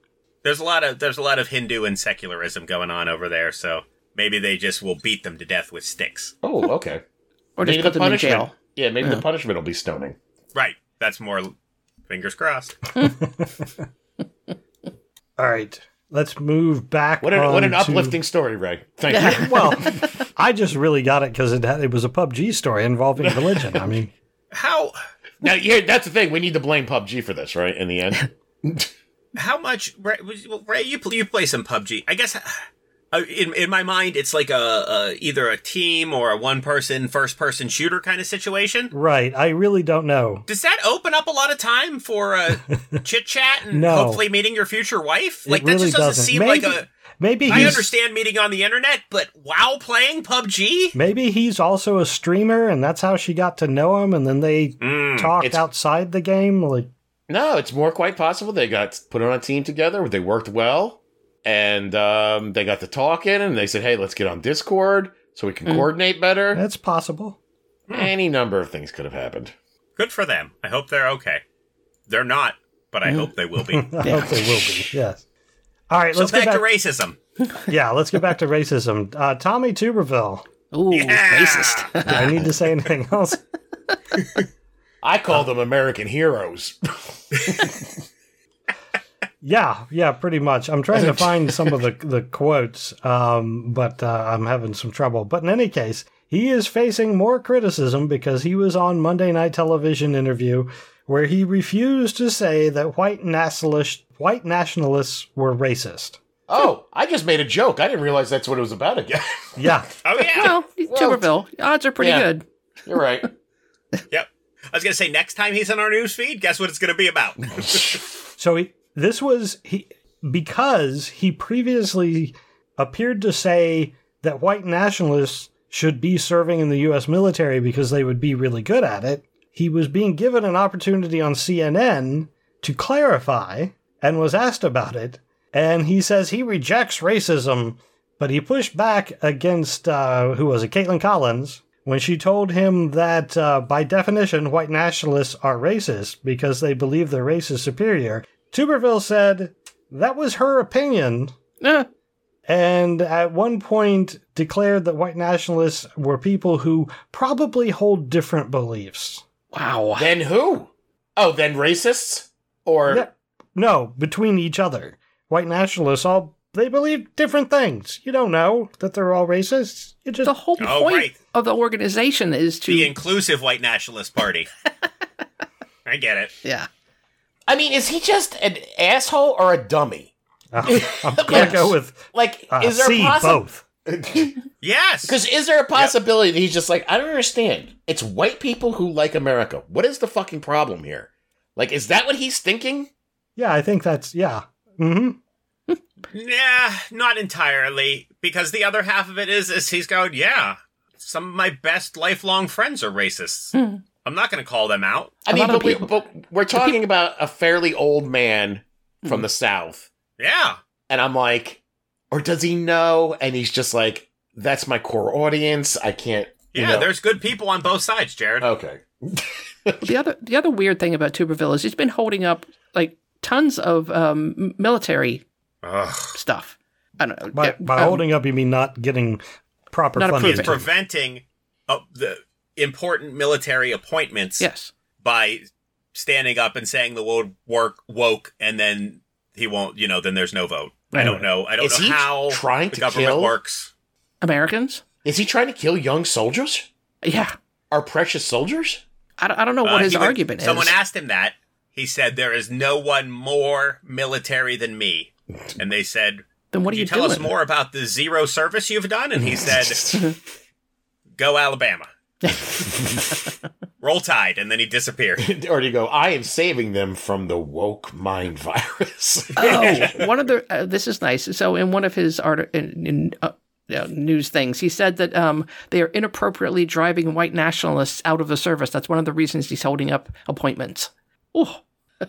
D: there's a lot of there's a lot of Hindu and secularism going on over there, so maybe they just will beat them to death with sticks.
A: Oh, okay.
C: Or just put them in jail.
A: Yeah, maybe the punishment will be stoning.
D: Right. That's more fingers crossed.
B: all right. Let's move back.
A: What an,
B: on
A: what an
B: to-
A: uplifting story, Ray. Thank you.
B: well, I just really got it because it had, it was a PUBG story involving religion. I mean,
D: How
A: Now, yeah, that's the thing. We need to blame PUBG for this, right? In the end.
D: how much Ray, well, Ray you pl- you play some PUBG? I guess uh, in in my mind it's like a, a either a team or a one person first person shooter kind of situation.
B: right? I really don't know.
D: Does that open up a lot of time for uh, chit chat and
B: No.
D: hopefully meeting your future wife? Like
B: it really
D: that just doesn't,
B: doesn't.
D: seem
B: maybe,
D: like a
B: Maybe he's,
D: I understand meeting on the internet, but while playing PUBG?
B: Maybe he's also a streamer, and that's how she got to know him. And then they
D: Mm.
B: talked
A: it's-
B: outside the game. Like,
A: No, it's more quite possible they got put on a team together. They worked well, and um, they got to talking, and they said, "Hey, let's get on Discord so we can
C: Mm.
A: coordinate better."
B: that's possible.
A: Any number of things could have happened.
D: Good for them. I hope they're okay. They're not, but I
C: Mm.
D: hope they will be.
B: I
C: Yeah.
B: hope they will be. Yes. All right,
D: so
B: let's
D: back,
B: get
D: to racism.
B: yeah, let's get back to racism. Uh, Tommy Tuberville.
C: Ooh,
D: Yeah.
C: racist.
B: Do I need to say anything else?
A: I call them American heroes.
B: Yeah, yeah, pretty much. I'm trying to find some of the, the quotes, um, but uh, I'm having some trouble. But in any case, he is facing more criticism because he was on Monday Night Television interview where he refused to say that white nationalist white nationalists were racist.
A: oh, I just made a joke. I didn't realize that's what it was about again.
B: Yeah,
D: Oh, yeah.
C: Well, Tuberville, odds are pretty
A: Yeah.
C: good.
A: You're right.
D: yep. I was going to say, next time he's on our news feed, guess what it's going to be about?
B: So he, this was he because he previously appeared to say that white nationalists should be serving in the U.S. military because they would be really good at it. He was being given an opportunity on CNN to clarify and was asked about it, and he says he rejects racism, but he pushed back against uh, who was it, Caitlin Collins. When she told him that, uh, by definition, white nationalists are racist because they believe their race is superior, Tuberville said that was her opinion,
C: Eh,
B: and at one point declared that white nationalists were people who probably hold different beliefs.
C: wow.
A: then who? Oh, then racists or
B: Yeah. No, between each other. White nationalists all they believe different things. You don't know that they're all racists. You just
C: The whole point
D: Oh, right.
C: of the organization is to
D: the inclusive white nationalist party. I get it.
C: yeah.
A: I mean, is he just an asshole or a dummy?
B: Oh, I'm gonna
C: Yes.
B: go with
A: Like,
B: uh,
A: is there
B: C
A: possible?
B: both.
D: Yes.
A: Because is there a possibility that he's just like, I don't understand. It's white people who like America. What is the fucking problem here? Like, is that what he's thinking?
B: Yeah, I think that's yeah. hmm
D: Nah, not entirely. Because the other half of it is, is he's going, yeah, some of my best lifelong friends are racists.
C: Hmm.
D: I'm not going to call them out.
A: I
C: A
A: mean,
C: lot of
A: but, we,
C: people-
A: but we're talking about a fairly old man
C: Hmm.
A: from the South.
D: Yeah.
A: And I'm like, or does he know? And he's just like, that's my core audience. I can't. you
D: Yeah,
A: know.
D: there's good people on both sides, Jared.
A: Okay.
C: The other the other weird thing about Tuberville is he's been holding up like tons of um, m- military
D: Ugh.
C: stuff. I don't know.
B: By,
C: Yeah,
B: by
C: um,
B: holding up, you mean not getting proper
C: Not
B: funding.
D: He's preventing uh, the important military appointments
C: Yes.
D: by standing up and saying the word work woke, and then he won't. You know, then there's no vote. I don't
B: Right.
D: know. I don't
A: Is
D: know
A: he
D: how
A: trying
D: the
A: to
D: government
A: kill?
D: works.
C: Americans?
A: Is he trying to kill young soldiers?
C: Yeah.
A: Our precious soldiers?
C: I don't, I don't know what
D: Uh,
C: his
D: he would-
C: argument
D: Someone
C: is.
D: asked him that. He said, "There is no one more military than me," and they said,
C: then what are
D: "Could you,
C: you,
D: tell
C: doing?
D: us more about the zero service you've done?" And he said, "Go Alabama." Roll Tide, and then he disappeared.
A: or do you go, I am saving them from the woke mind virus?
C: oh, one of the uh, this is nice. So in one of his art in, in uh, uh, news things, he said that um, they are inappropriately driving white nationalists out of the service. That's one of the reasons he's holding up appointments. Oh,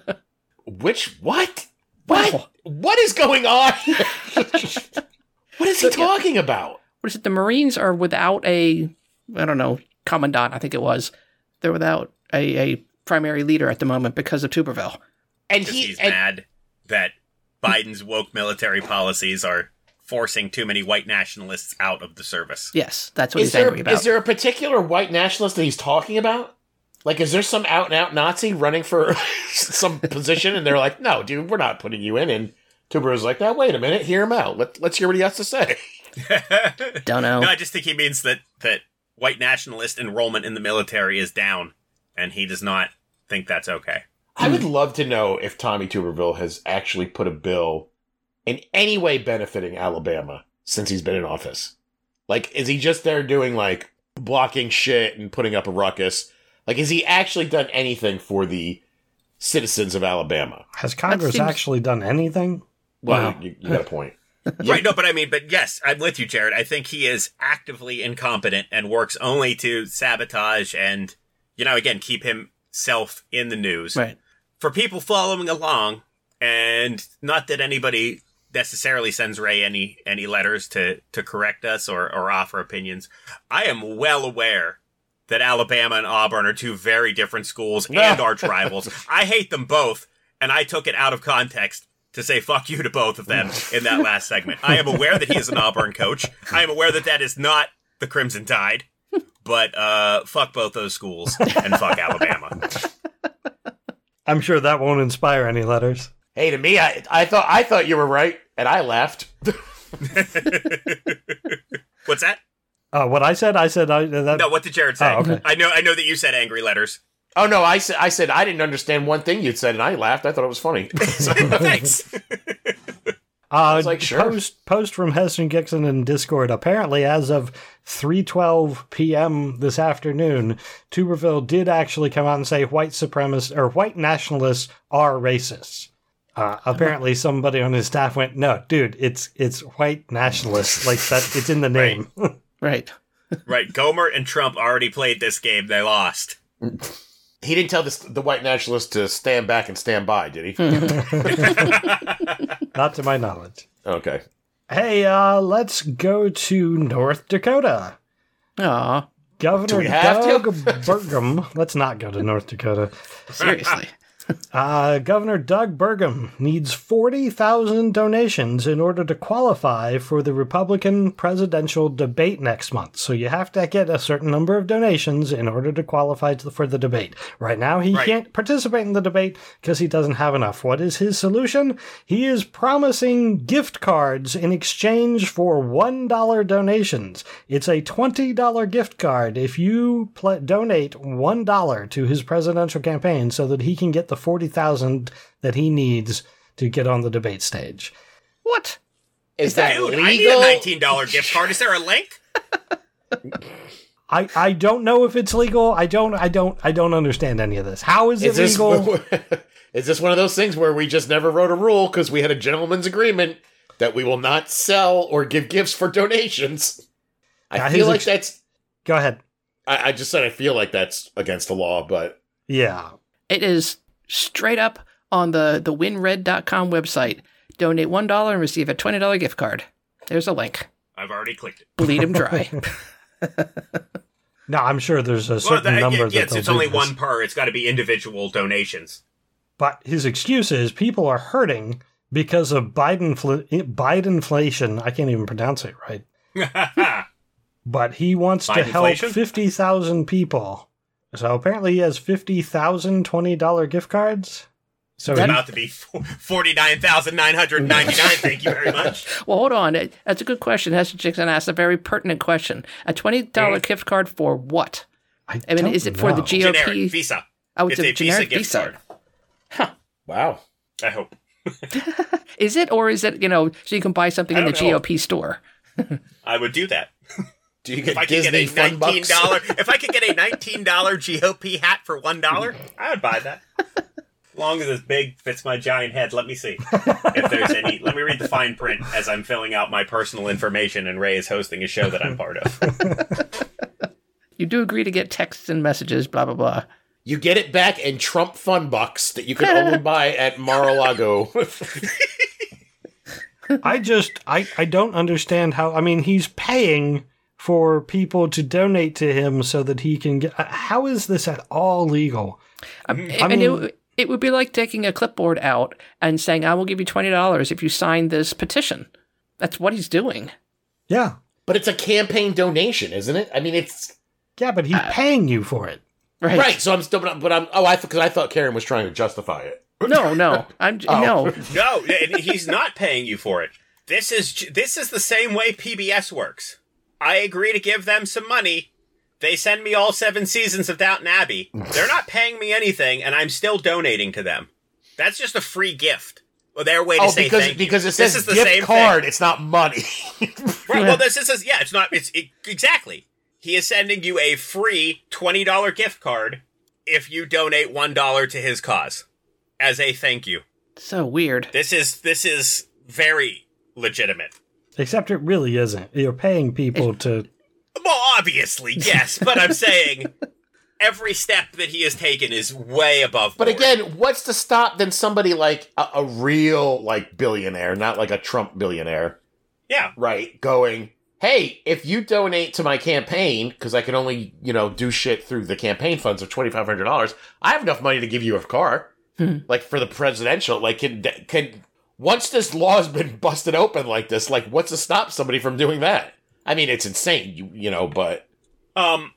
A: Which what? What?
C: Wow.
A: What is going on? what is he talking about?
C: what is it? The Marines are without a I don't know commandant. I think it was they're without a, a primary leader at the moment because of Tuberville.
A: And
D: because
A: he
D: he's
A: and,
D: mad that Biden's woke military policies are forcing too many white nationalists out of the service.
C: Yes, that's what
A: is
C: he's
A: there
C: angry about.
A: is there a particular white nationalist that he's talking about? Like, is there some out and out Nazi running for some position, and they're like, "No, dude, we're not putting you in." And Tuber's like, "Now, wait a minute, hear him out. Let, let's hear what he has to say."
C: don't know.
D: no, I just think he means that that white nationalist enrollment in the military is down, and he does not think that's okay.
A: I would love to know if Tommy Tuberville has actually put a bill in any way benefiting Alabama since he's been in office. Like, is he just there doing like blocking shit and putting up a ruckus? Like, has he actually done anything for the citizens of Alabama?
B: Has Congress
C: seems-
B: actually done anything?
A: Well,
C: Wow.
A: you, you got a point.
D: Right, no, but I mean, but yes, I'm with you, Jared. I think he is actively incompetent and works only to sabotage and, you know, again, keep himself in the news.
C: Right.
D: For people following along, and not that anybody necessarily sends Ray any any letters to to correct us or, or offer opinions, I am well aware that Alabama and Auburn are two very different schools and arch rivals. I hate them both, and I took it out of context to say fuck you to both of them in that last segment. I am aware that he is an Auburn coach. I am aware that that is not the Crimson Tide, but uh, fuck both those schools and fuck Alabama.
B: I'm sure that won't inspire any letters.
A: Hey, to me, I, I thought I thought you were right, and I left.
D: What's that?
B: Uh, what I said, I said I, that.
D: No, what did Jared say?
B: Oh, okay.
D: I know, I know that you said angry letters.
A: oh no, I said I said I didn't understand one thing you'd said, and I laughed. I thought it was funny.
D: Thanks.
B: Uh,
A: was like, sure.
B: Post post from Heston Gixon in Discord. Apparently, as of 3:12 p.m. this afternoon, Tuberville did actually come out and say white supremacists or white nationalists are racists. Uh, apparently, somebody on his staff went, "No, dude, it's it's white nationalists. Like that, it's in the name."
C: Right.
D: right, Gomer and Trump already played this game. They lost.
A: he didn't tell this, the white nationalist to stand back and stand by, did he?
B: Not to my knowledge.
A: okay.
B: Hey, uh, let's go to North Dakota.
C: Aw,
B: Governor
A: we have to?
B: Doug Burgum. Let's not go to North Dakota.
C: seriously.
B: Uh, Governor Doug Burgum needs 40,000 donations in order to qualify for the Republican presidential debate next month. So you have to get a certain number of donations in order to qualify to, for the debate. Right now, he
D: Right.
B: can't participate in the debate because he doesn't have enough. What is his solution? He is promising gift cards in exchange for $1 donations. It's a $20 gift card if you pl- donate $1 to his presidential campaign so that he can get the 40,000 that he needs to get on the debate stage.
C: What?
A: Is, that
D: Dude, I need a
A: legal?
D: nineteen dollar gift card. Is there a link?
B: I, I don't know if it's legal. I don't I don't I don't understand any of this. How is,
A: Is
B: it
A: this
B: legal?
A: is this one of those things where we just never wrote a rule because we had a gentleman's agreement that we will not sell or give gifts for donations? I
B: That is
A: feel like
B: ex-
A: that's.
B: go ahead.
A: I, I just said I feel like that's against the law, but
B: Yeah.
C: It is straight up on the, the winred.com website. Donate $1 and receive a $20 gift card. There's a link.
D: I've already clicked it.
C: Bleed him dry.
B: No, I'm sure there's a
D: Well,
B: certain
D: that,
B: number
D: yeah,
B: that
D: yes,
B: they'll
D: it's
B: do
D: only
B: this.
D: one per. It's got to be individual donations.
B: But his excuse is people are hurting because of Biden Bidenflation. I can't even pronounce it right. But he wants to help
D: Bidenflation?
B: fifty thousand people. So apparently he has 50,000 $20 gift cards. So he-
D: About to be forty nine thousand nine hundred ninety nine. Thank you very much.
C: well, hold on. It- That's a good question. Heston Jackson asked a very pertinent question. A $20 gift card for what?
B: I,
C: I mean,
B: don't
C: is it for the
B: know.
C: GOP?
D: Generic Visa.
C: Oh,
D: It's
C: it's,
D: a
C: a,
D: Visa
C: generic
D: gift
C: Visa.
D: card.
A: wow.
D: I hope.
C: Is it, or is it, you know, so you can buy something
D: I
C: in the
D: don't know.
C: GOP store?
D: I would do that.
A: Do you
D: If I
A: get Disney
D: could get a
A: fun
D: nineteen
A: bucks?
D: dollar, if I could get a nineteen dollar GOP hat for one dollar, I would buy that. As long as it's big, fits my giant head. Let me see if there's any. Let me read the fine print as I'm filling out my personal information, and Ray is hosting a show that I'm part of.
C: You do agree to get texts and messages, blah, blah, blah.
A: You get it back in Trump fun bucks that you can only buy at Mar-a-Lago.
B: I just I, I don't understand how I mean he's paying for people to donate to him so that he can get uh, how is this at all legal?
C: I mean,
B: mean-
C: it, it would be like taking a clipboard out and saying, I will give you $20 if you sign this petition. That's what he's doing.
B: Yeah.
A: but it's a campaign donation, isn't it? I mean, it's
B: Yeah, but he's
C: Uh,
B: paying you for it.
C: Right.
A: right. So I'm still, but I'm. But I'm oh, I because I thought Karen was trying to justify it.
C: No, no. I'm no.
D: No, and he's not paying you for it. This is j- this is the same way PBS works. I agree to give them some money. They send me all seven seasons of Downton Abbey. They're not paying me anything, and I'm still donating to them. That's just a free gift. Well, their way to
A: Oh,
D: say
A: because
D: thank you.
A: because it
D: This
A: says
D: is the same
A: gift
D: thing.
A: card. It's not money.
D: Right, well, this is yeah. It's not. It's it, exactly. He is sending you a free twenty dollar gift card if you donate one dollar to his cause as a thank you.
C: So weird.
D: This is this is very legitimate.
B: Except it really isn't. You're paying people to.
D: Well, obviously, yes, but I'm saying every step that he has taken is way above.
A: But
D: board.
A: again, what's to stop then somebody like a, a real like billionaire, not like a Trump billionaire,
D: yeah,
A: right? Going, hey, if you donate to my campaign, because I can only you know do shit through the campaign funds of twenty five hundred dollars, I have enough money to give you a car,
C: Hmm.
A: like for the presidential. Like, can can once this law has been busted open like this, like what's to stop somebody from doing that? I mean, it's insane, you you know. But
D: um,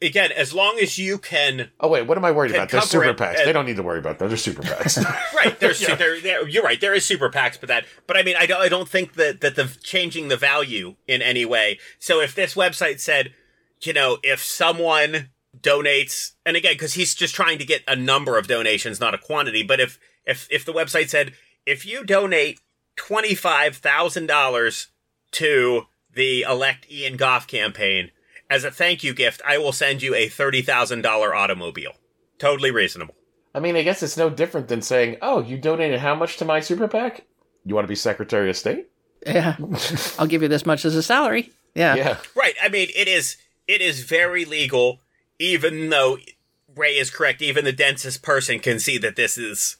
D: again, as long as you can,
A: oh wait, what am I worried
D: Can
A: about? They're
D: cover
A: super
D: it
A: PACs.
D: and-
A: They don't need to worry about that. They're super PACs.
D: right? There's
A: Yeah.
D: there, there, you're right. There is super PACs, but that, but I mean, I don't, I don't think that that the changing the value in any way. So if this website said, you know, if someone donates, and again, because he's just trying to get a number of donations, not a quantity, but if if if the website said if you donate twenty five thousand dollars to the elect Ian Goff campaign as a thank you gift, I will send you a thirty thousand dollar automobile. Totally reasonable.
A: I mean, I guess it's no different than saying, "Oh, you donated how much to my super PAC? You want to be Secretary of State?"
C: Yeah. I'll give you this much as a salary. Yeah.
A: yeah,
D: Right. I mean, it is it is very legal, even though Ray is correct. Even the densest person can see that this is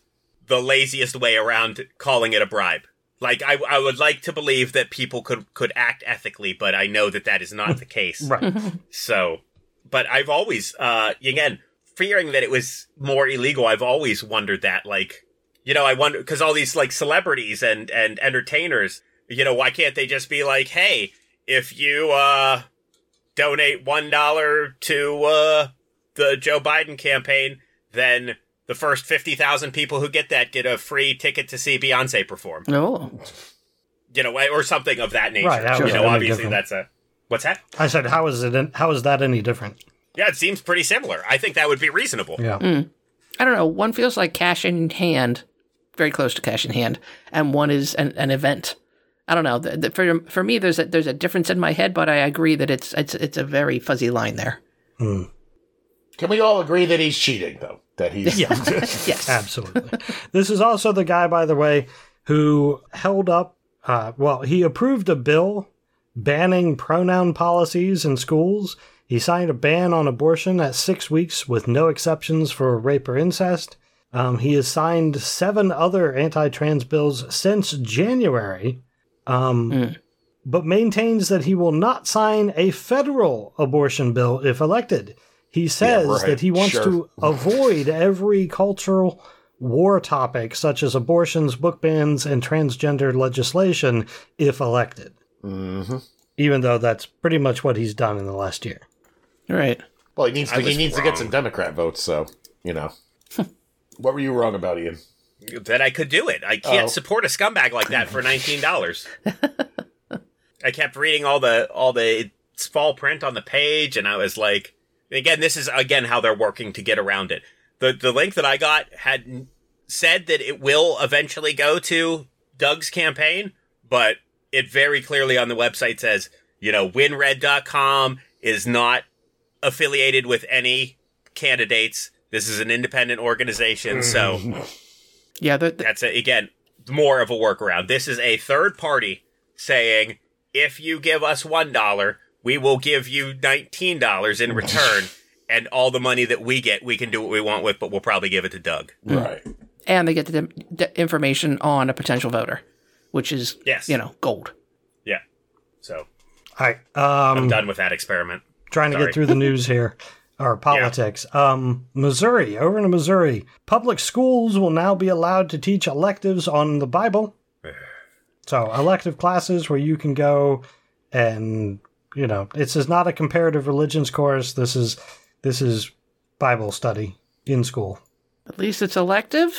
D: the laziest way around calling it a bribe. Like I, I would like to believe that people could could act ethically, but I know that that is not the case.
B: Right.
C: Mm-hmm.
D: So, but I've always, uh, again, fearing that it was more illegal. I've always wondered that, like, you know, I wonder because all these like celebrities and and entertainers, you know, why can't they just be like, hey, if you uh donate one dollar to uh the Joe Biden campaign, then the first fifty thousand people who get that get a free ticket to see Beyonce perform,
C: Oh.
D: you know, or something of that nature.
B: Right, that
D: you
B: was
D: know,
B: really
D: obviously
B: different.
D: that's a what's that?
B: I said, how is it? In, how is that any different?
D: Yeah, it seems pretty similar. I think that would be reasonable.
B: Yeah.
C: I don't know. One feels like cash in hand, very close to cash in hand, and one is an, an event. I don't know. The, the, for for me, there's a there's a difference in my head, but I agree that it's it's it's a very fuzzy line there.
B: Hmm.
A: Can we all agree that he's cheating, though? That he's
B: Yeah.
C: Yes.
B: Absolutely. this is also the guy, by the way, who held up, uh, well, he approved a bill banning pronoun policies in schools. He signed a ban on abortion at six weeks with no exceptions for rape or incest. Um, he has signed seven other anti trans bills since January, um,
A: Hmm.
C: Mm.
B: but maintains that he will not sign a federal abortion bill if elected. He says
A: right.
B: that he wants
A: Sure.
B: to avoid every cultural war topic such as abortions, book bans, and transgender legislation if elected,
A: hmm
B: even though that's pretty much what he's done in the last year.
C: Right.
A: Well, he needs
D: I
A: to, he
D: was
A: needs to get
D: wrong.
A: some Democrat votes, so you know. what were you wrong about, Ian?
D: That I could do it. I can't
A: Oh.
D: support a scumbag like that for nineteen dollars. I kept reading all the all the small print on the page, and I was like, again, this is again how they're working to get around it. the The link that I got had n- said that it will eventually go to Doug's campaign, but it very clearly on the website says, you know, winred.com is not affiliated with any candidates. This is an independent organization,
A: Hmm.
D: so
C: Yeah. The, the-
D: that's a, again more of a workaround. This is a third party saying, if you give us one dollar, we will give you nineteen dollars in return, and all the money that we get, we can do what we want with, but we'll probably give it to Doug.
A: Right.
C: and they get the, the information on a potential voter, which is
D: Yes.
C: you know gold.
D: Yeah. So
B: All right.
D: I'm
B: Um,
D: done with that experiment.
B: trying to
D: Sorry.
B: get through the news here or politics. Um, Missouri, over in Missouri, public schools will now be allowed to teach electives on the Bible. So, elective classes where you can go and, you know, this is not a comparative religions course. This is this is Bible study in school,
C: At least it's elective.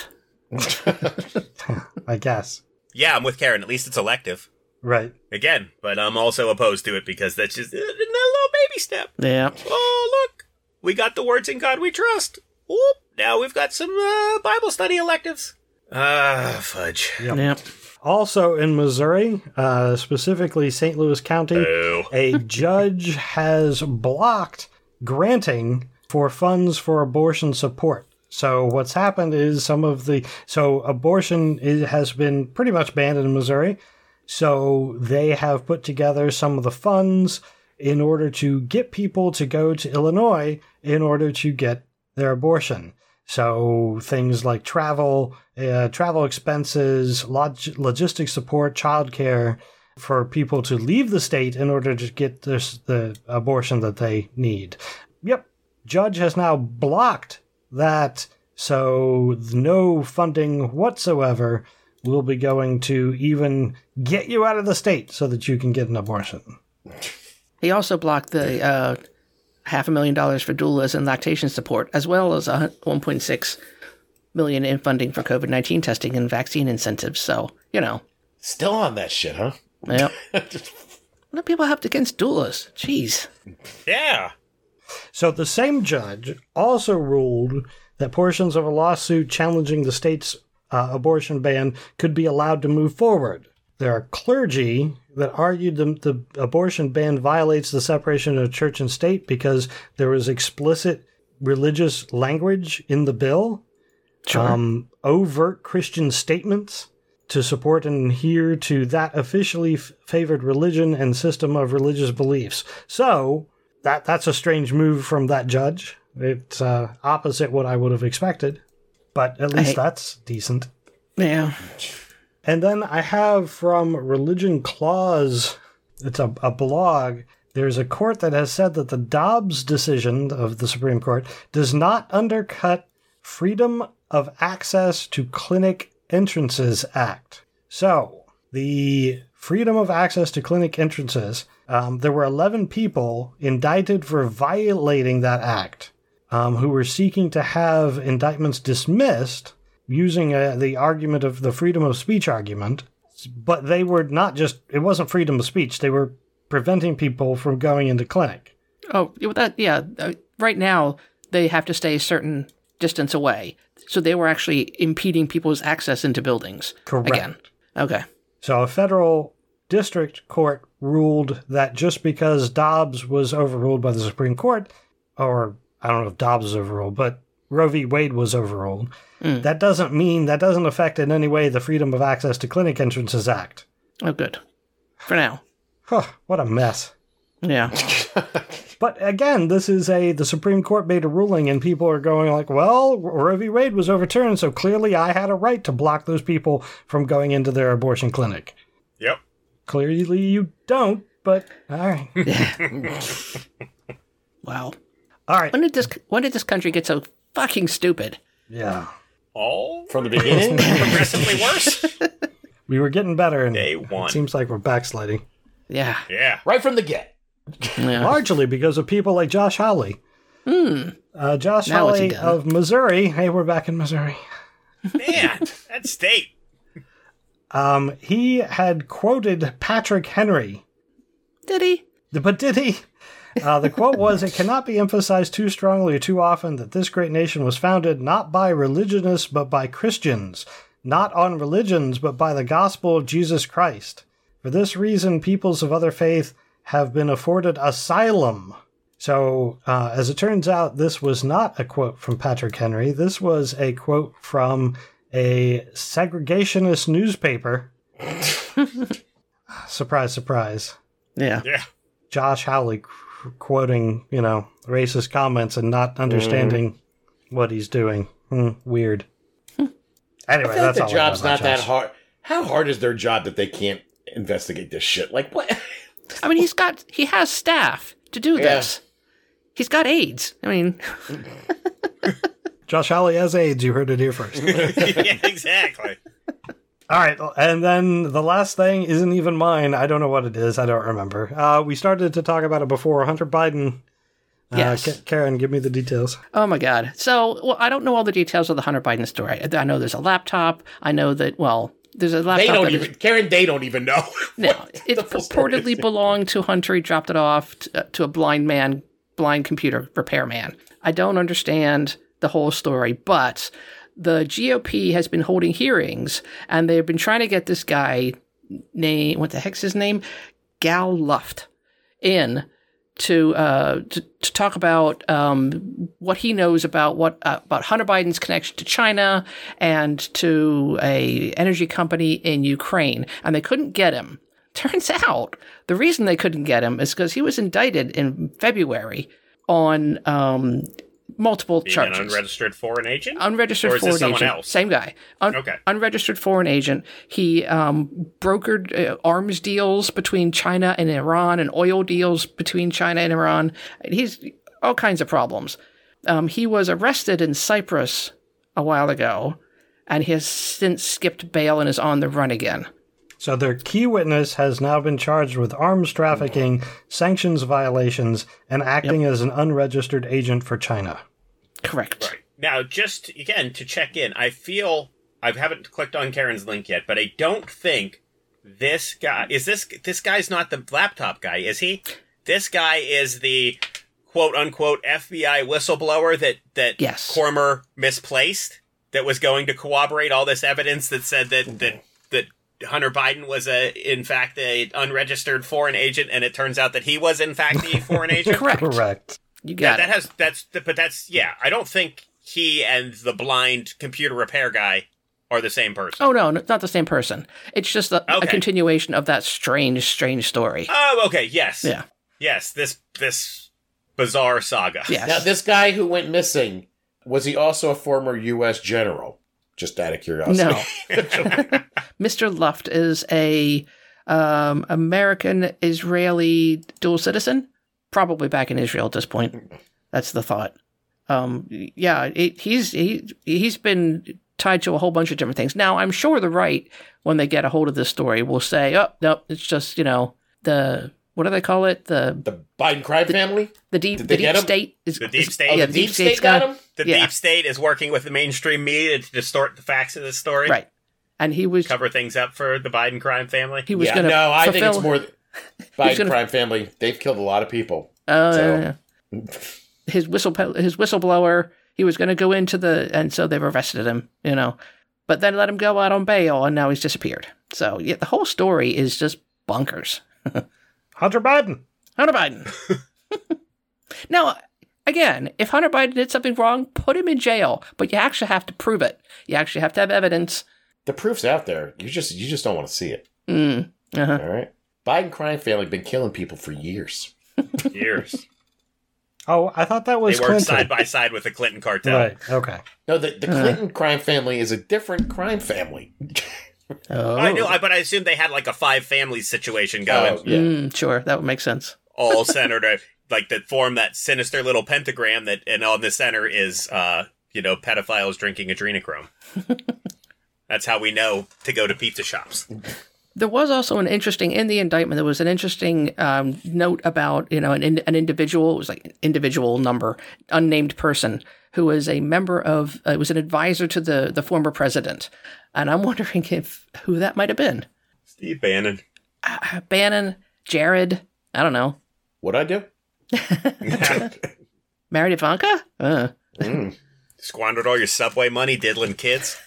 B: I guess.
D: Yeah, I'm with Karen. At least it's elective
B: Right.
D: again, but I'm also opposed to it because that's just uh, a little baby step.
C: Yeah.
D: Oh, look, we got the words in God we trust. Oop, now we've got some uh, Bible study electives. Ah, fudge.
C: Yeah.
B: Also in Missouri, uh, specifically St. Louis County,
D: Oh,
B: a judge has blocked granting for funds for abortion support. So what's happened is some of the so abortion is, has been pretty much banned in Missouri. So they have put together some of the funds in order to get people to go to Illinois in order to get their abortion. So things like travel, uh, travel expenses, log- logistic support, childcare for people to leave the state in order to get this, the abortion that they need. Yep, judge has now blocked that, so no funding whatsoever will be going to even get you out of the state so that you can get an abortion.
C: He also blocked the uh, half a million dollars for doulas and lactation support, as well as a 1.6 million in funding for COVID 19 testing and vaccine incentives. So, you know,
A: Still on that shit, huh?
C: yeah. what do people have against doulas? Jeez.
D: Yeah.
B: So the same judge also ruled that portions of a lawsuit challenging the state's uh, abortion ban could be allowed to move forward. There are clergy that argued the, the abortion ban violates the separation of church and state because there was explicit religious language in the bill,
C: Sure.
B: um, overt Christian statements to support and adhere to that officially f- favored religion and system of religious beliefs. So that that's a strange move from that judge. It's uh, opposite what I would have expected, but at least
C: hate-
B: that's decent.
C: yeah.
B: And then I have from Religion Clause, it's a, a blog. There's a court that has said that the Dobbs decision of the Supreme Court does not undercut Freedom of Access to Clinic Entrances Act. So, the Freedom of Access to Clinic Entrances, um, there were 11 people indicted for violating that act um, who were seeking to have indictments dismissed using uh, the argument of the freedom of speech argument, but they were not just, it wasn't freedom of speech. They were preventing people from going into clinic.
C: Oh, yeah, well, that yeah. uh, Right now, they have to stay a certain distance away, so they were actually impeding people's access into buildings.
B: Correct.
C: Again. Okay.
B: So a federal district court ruled that just because Dobbs was overruled by the Supreme Court, or I don't know if Dobbs was overruled, but Roe v. Wade was overruled, that doesn't mean, that doesn't affect in any way the Freedom of Access to Clinic Entrances Act.
C: Oh, good. For now.
B: Huh, what a mess.
C: Yeah.
B: But again, this is a the Supreme Court made a ruling, and people are going like, "Well, Roe v. Wade was overturned, so clearly I had a right to block those people from going into their abortion clinic."
D: Yep.
B: Clearly, you don't. But all right,
C: Wow.
B: all right,
C: When did this When did this country get so fucking stupid?
B: yeah,
D: All
A: From the beginning?
D: progressively worse.
B: we were getting better, and
D: Day
B: it
D: one.
B: seems like we're backsliding
C: Yeah.
D: Yeah.
A: right from the get.
C: Yeah.
B: largely because of people like Josh Hawley. Uh, Josh
C: Hmm. Now it's
B: Hawley
C: done.
B: of Missouri. Hey, we're back in Missouri.
D: Man, that state.
B: Um, he had quoted Patrick Henry
C: Did he?
B: But did he? Uh, the quote was It cannot be emphasized too strongly or too often that this great nation was founded not by religionists, but by Christians, not on religions, but by the gospel of Jesus Christ. For this reason, peoples of other faith have been afforded asylum. So, uh, as it turns out, this was not a quote from Patrick Henry. This was a quote from a segregationist newspaper. surprise, surprise.
C: Yeah.
D: Yeah.
B: Josh Howley qu- quoting, you know, racist comments and not understanding what he's doing. Hmm, weird.
A: Hmm. I
B: Anyway,
A: feel like
B: that's
A: their
B: all. I got
A: job's
B: about
A: not that
B: Josh.
A: hard. How hard is their job that they can't investigate this shit? Like, what?
C: I mean, he's got he has staff to do
A: Yeah.
C: this. He's got aides. I mean,
B: Josh Howley has AIDS. You heard it here first.
D: yeah, exactly.
B: all right, and then the last thing isn't even mine. I don't know what it is. I don't remember. Uh, we started to talk about it before. Hunter Biden. Uh,
C: Yes.
B: Ka- Karen, give me the details.
C: Oh my God. So, well, I don't know all the details of the Hunter Biden story. I I know there's a laptop. I know that, well, there's a laptop.
A: They don't
C: that is-
A: even, Karen, they don't even know.
C: no, it
A: the full story is.
C: purportedly belonged to Hunter. He dropped it off t- uh, to a blind man, blind computer repairman. I don't understand the whole story, but the GOP has been holding hearings and they've been trying to get this guy name, what the heck's his name? Gal Luft in to, uh, to to talk about um, what he knows about what uh, about Hunter Biden's connection to China and to a energy company in Ukraine, and they couldn't get him. Turns out the reason they couldn't get him is because he was indicted in February on um, multiple
D: Being an
C: charges.
D: unregistered foreign agent?
C: Unregistered
D: Or is this
C: foreign
D: someone
C: agent.
D: else?
C: Same guy. Un-
D: Okay.
C: Unregistered foreign agent. He um, brokered uh, arms deals between China and Iran and oil deals between China and Iran. He's all kinds of problems. Um, he was arrested in Cyprus a while ago and he has since skipped bail and is on the run again.
B: So their key witness has now been charged with arms trafficking, sanctions violations, and acting as an unregistered agent for China.
C: Correct.
D: Right. Now, just again to check in, I feel I haven't clicked on Karen's link yet, but I don't think this guy is this this guy's not the laptop guy, is he? This guy is the quote unquote FBI whistleblower that that
C: Yes.
D: Cormer misplaced that was going to corroborate all this evidence that said
C: Mm-hmm.
D: that that that Hunter Biden was a in fact a unregistered foreign agent and it turns out that he was in fact the foreign agent.
C: Correct.
B: Correct.
C: You
D: Yeah,
C: got
D: that
C: it.
D: has that's but that's yeah. I don't think he and the blind computer repair guy are the same person.
C: Oh no, no, it's not the same person. It's just a, a
D: Okay.
C: continuation of that strange, strange story.
D: Oh, okay. Yes.
C: Yeah.
D: Yes. This this bizarre saga.
C: Yes.
A: Now, this guy who went missing was he also a former U.S. general? Just out of curiosity.
C: No. Mr. Luft is a um, American Israeli dual citizen, probably back in Israel at this point. That's the thought. Um, yeah, it, he's he he's been tied to a whole bunch of different things. Now, I'm sure the right, when they get a hold of this story, will say, "Oh no, it's just you know the what do they call it the
A: The Biden crime family.
C: the deep
A: Did
C: the
A: they get
C: deep
A: him?
C: state is
D: The deep
C: is-
D: state?
A: Oh,
C: yeah
A: the deep state
C: guy.
A: got him.
D: The
C: Yeah.
D: deep state is working with the mainstream media to distort the facts of this story.
C: right, and he was
D: Cover things up for the Biden crime family.
C: he was
A: yeah,
C: going to
A: no, I think
C: fulfill,
A: it's more th- Biden
C: gonna-
A: crime family. They've killed a lot of people.
C: Oh,
A: So-
C: yeah, yeah, yeah. his whistle his whistleblower. He was going to go into the, and so they've arrested him. You know, but then let him go out on bail, and now he's disappeared. So yeah, the whole story is just bonkers.
B: Hunter Biden.
C: Hunter Biden. now, again, if Hunter Biden did something wrong, put him in jail. But you actually have to prove it. You actually have to have evidence.
A: The proof's out there. You just you just don't want to see it.
C: Mm, uh-huh.
A: All right. Biden crime family been killing people for years.
D: Years.
B: Oh, I thought that
D: they
B: was
D: worked
B: Clinton.
D: side by side with the Clinton cartel.
B: right. Okay.
A: No, the, the
C: Uh-huh.
A: Clinton crime family is a different crime family.
C: Oh,
D: I know, I, but I assume they had like a five families situation going.
A: Oh, yeah.
C: Mm, sure, that would make sense.
D: all centered uh, like that form that sinister little pentagram that and on the center is uh you know pedophiles drinking adrenochrome that's how we know to go to pizza shops
C: There was also an interesting in the indictment. There was an interesting um, note about you know an in- an individual. It was like an individual number, unnamed person who was a member of. Uh, was an advisor to the the former president, and I'm wondering if who that might have been.
D: steve bannon
C: Uh, Bannon, Jared. I don't know.
A: What'd I do?
C: Married Ivanka. Uh,
A: Mm.
D: squandered all your subway money diddling kids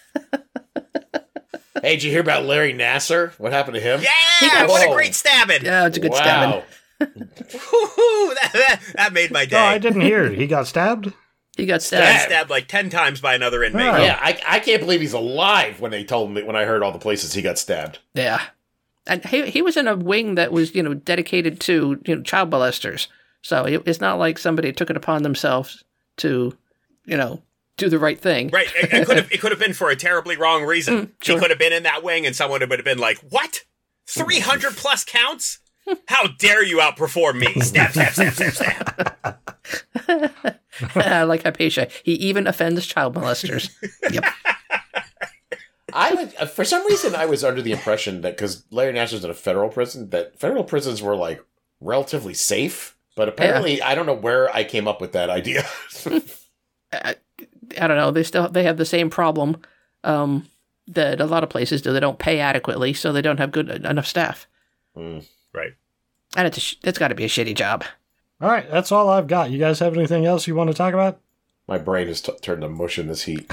A: Hey, did you hear about Larry Nasser? What happened to him?
D: yeah
A: got-
D: what a
A: Whoa.
D: great stabbing
C: yeah, it's a good
A: wow.
C: stabbing.
D: Woo-hoo, that, that, that made my day
B: No, I didn't hear. He got stabbed.
C: He got
D: Got
C: stabbed.
D: stabbed like 10 times by another inmate
B: Oh.
A: Yeah, I, I can't believe he's alive when they told me when I heard all the places he got stabbed.
C: Yeah, and he he was in a wing that was you know dedicated to you know child molesters. So it, it's not like somebody took it upon themselves to, you know, do the right thing.
D: Right, it, it could have it could have been for a terribly wrong reason. He could have been in that wing, and someone would have been like, "What? Three hundred plus counts? How dare you outperform me?" Snap, snap, snap, snap, snap.
C: like Hypatia, he even offends child molesters. yep.
A: I was- uh, for some reason I was under the impression that because Larry Nasser's in a federal prison, that federal prisons were like relatively safe. But apparently, I don't know where I came up with that idea.
C: I don't know. They still they have the same problem um, that a lot of places do. They don't pay adequately, so they don't have good enough staff.
A: Mm.
D: Right.
C: And it's a sh- that's got to be a shitty job.
B: All right, that's all I've got. You guys have anything else you want to talk about?
A: My brain has t- turned to mush in this heat.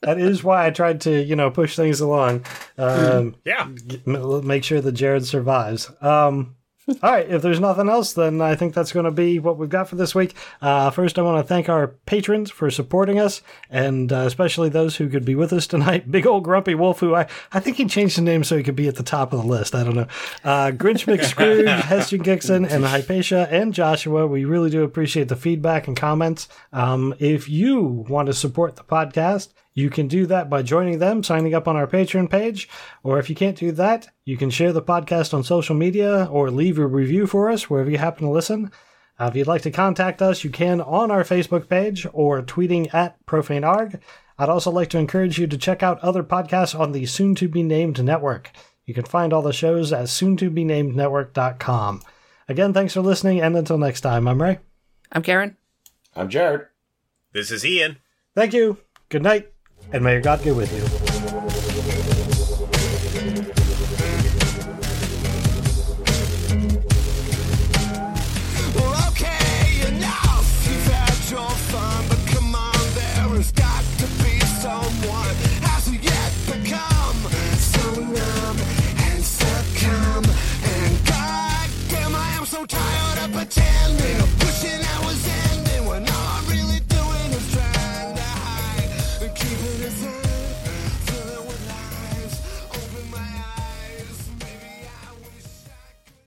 B: That is why I tried to, you know, push things along. Um,
D: Yeah,
B: g- m- make sure that Jared survives. Um, All right, if there's nothing else, then I think that's going to be what we've got for this week. Uh, first, I want to thank our patrons for supporting us, and uh, especially those who could be with us tonight. Big old Grumpy Wolf, who I, I think he changed the name so he could be at the top of the list. I don't know. Uh, Grinch McScrooge, Heston Gixon, and Hypatia and Joshua. We really do appreciate the feedback and comments. Um, if you want to support the podcast, you can do that by joining them, signing up on our Patreon page, or if you can't do that, you can share the podcast on social media or leave a review for us wherever you happen to listen. Uh, if you'd like to contact us, you can on our Facebook page or tweeting at ProfaneArg. I'd also like to encourage you to check out other podcasts on the soon to be named network. You can find all the shows at soon to be named network.com. Again, thanks for listening, and until next time, I'm Ray.
C: I'm Karen.
A: I'm Jared.
D: This is Ian.
B: Thank you. Good night, and may your God go with you.
E: Well, okay, enough. You've had your fun, but come on, there has got to be someone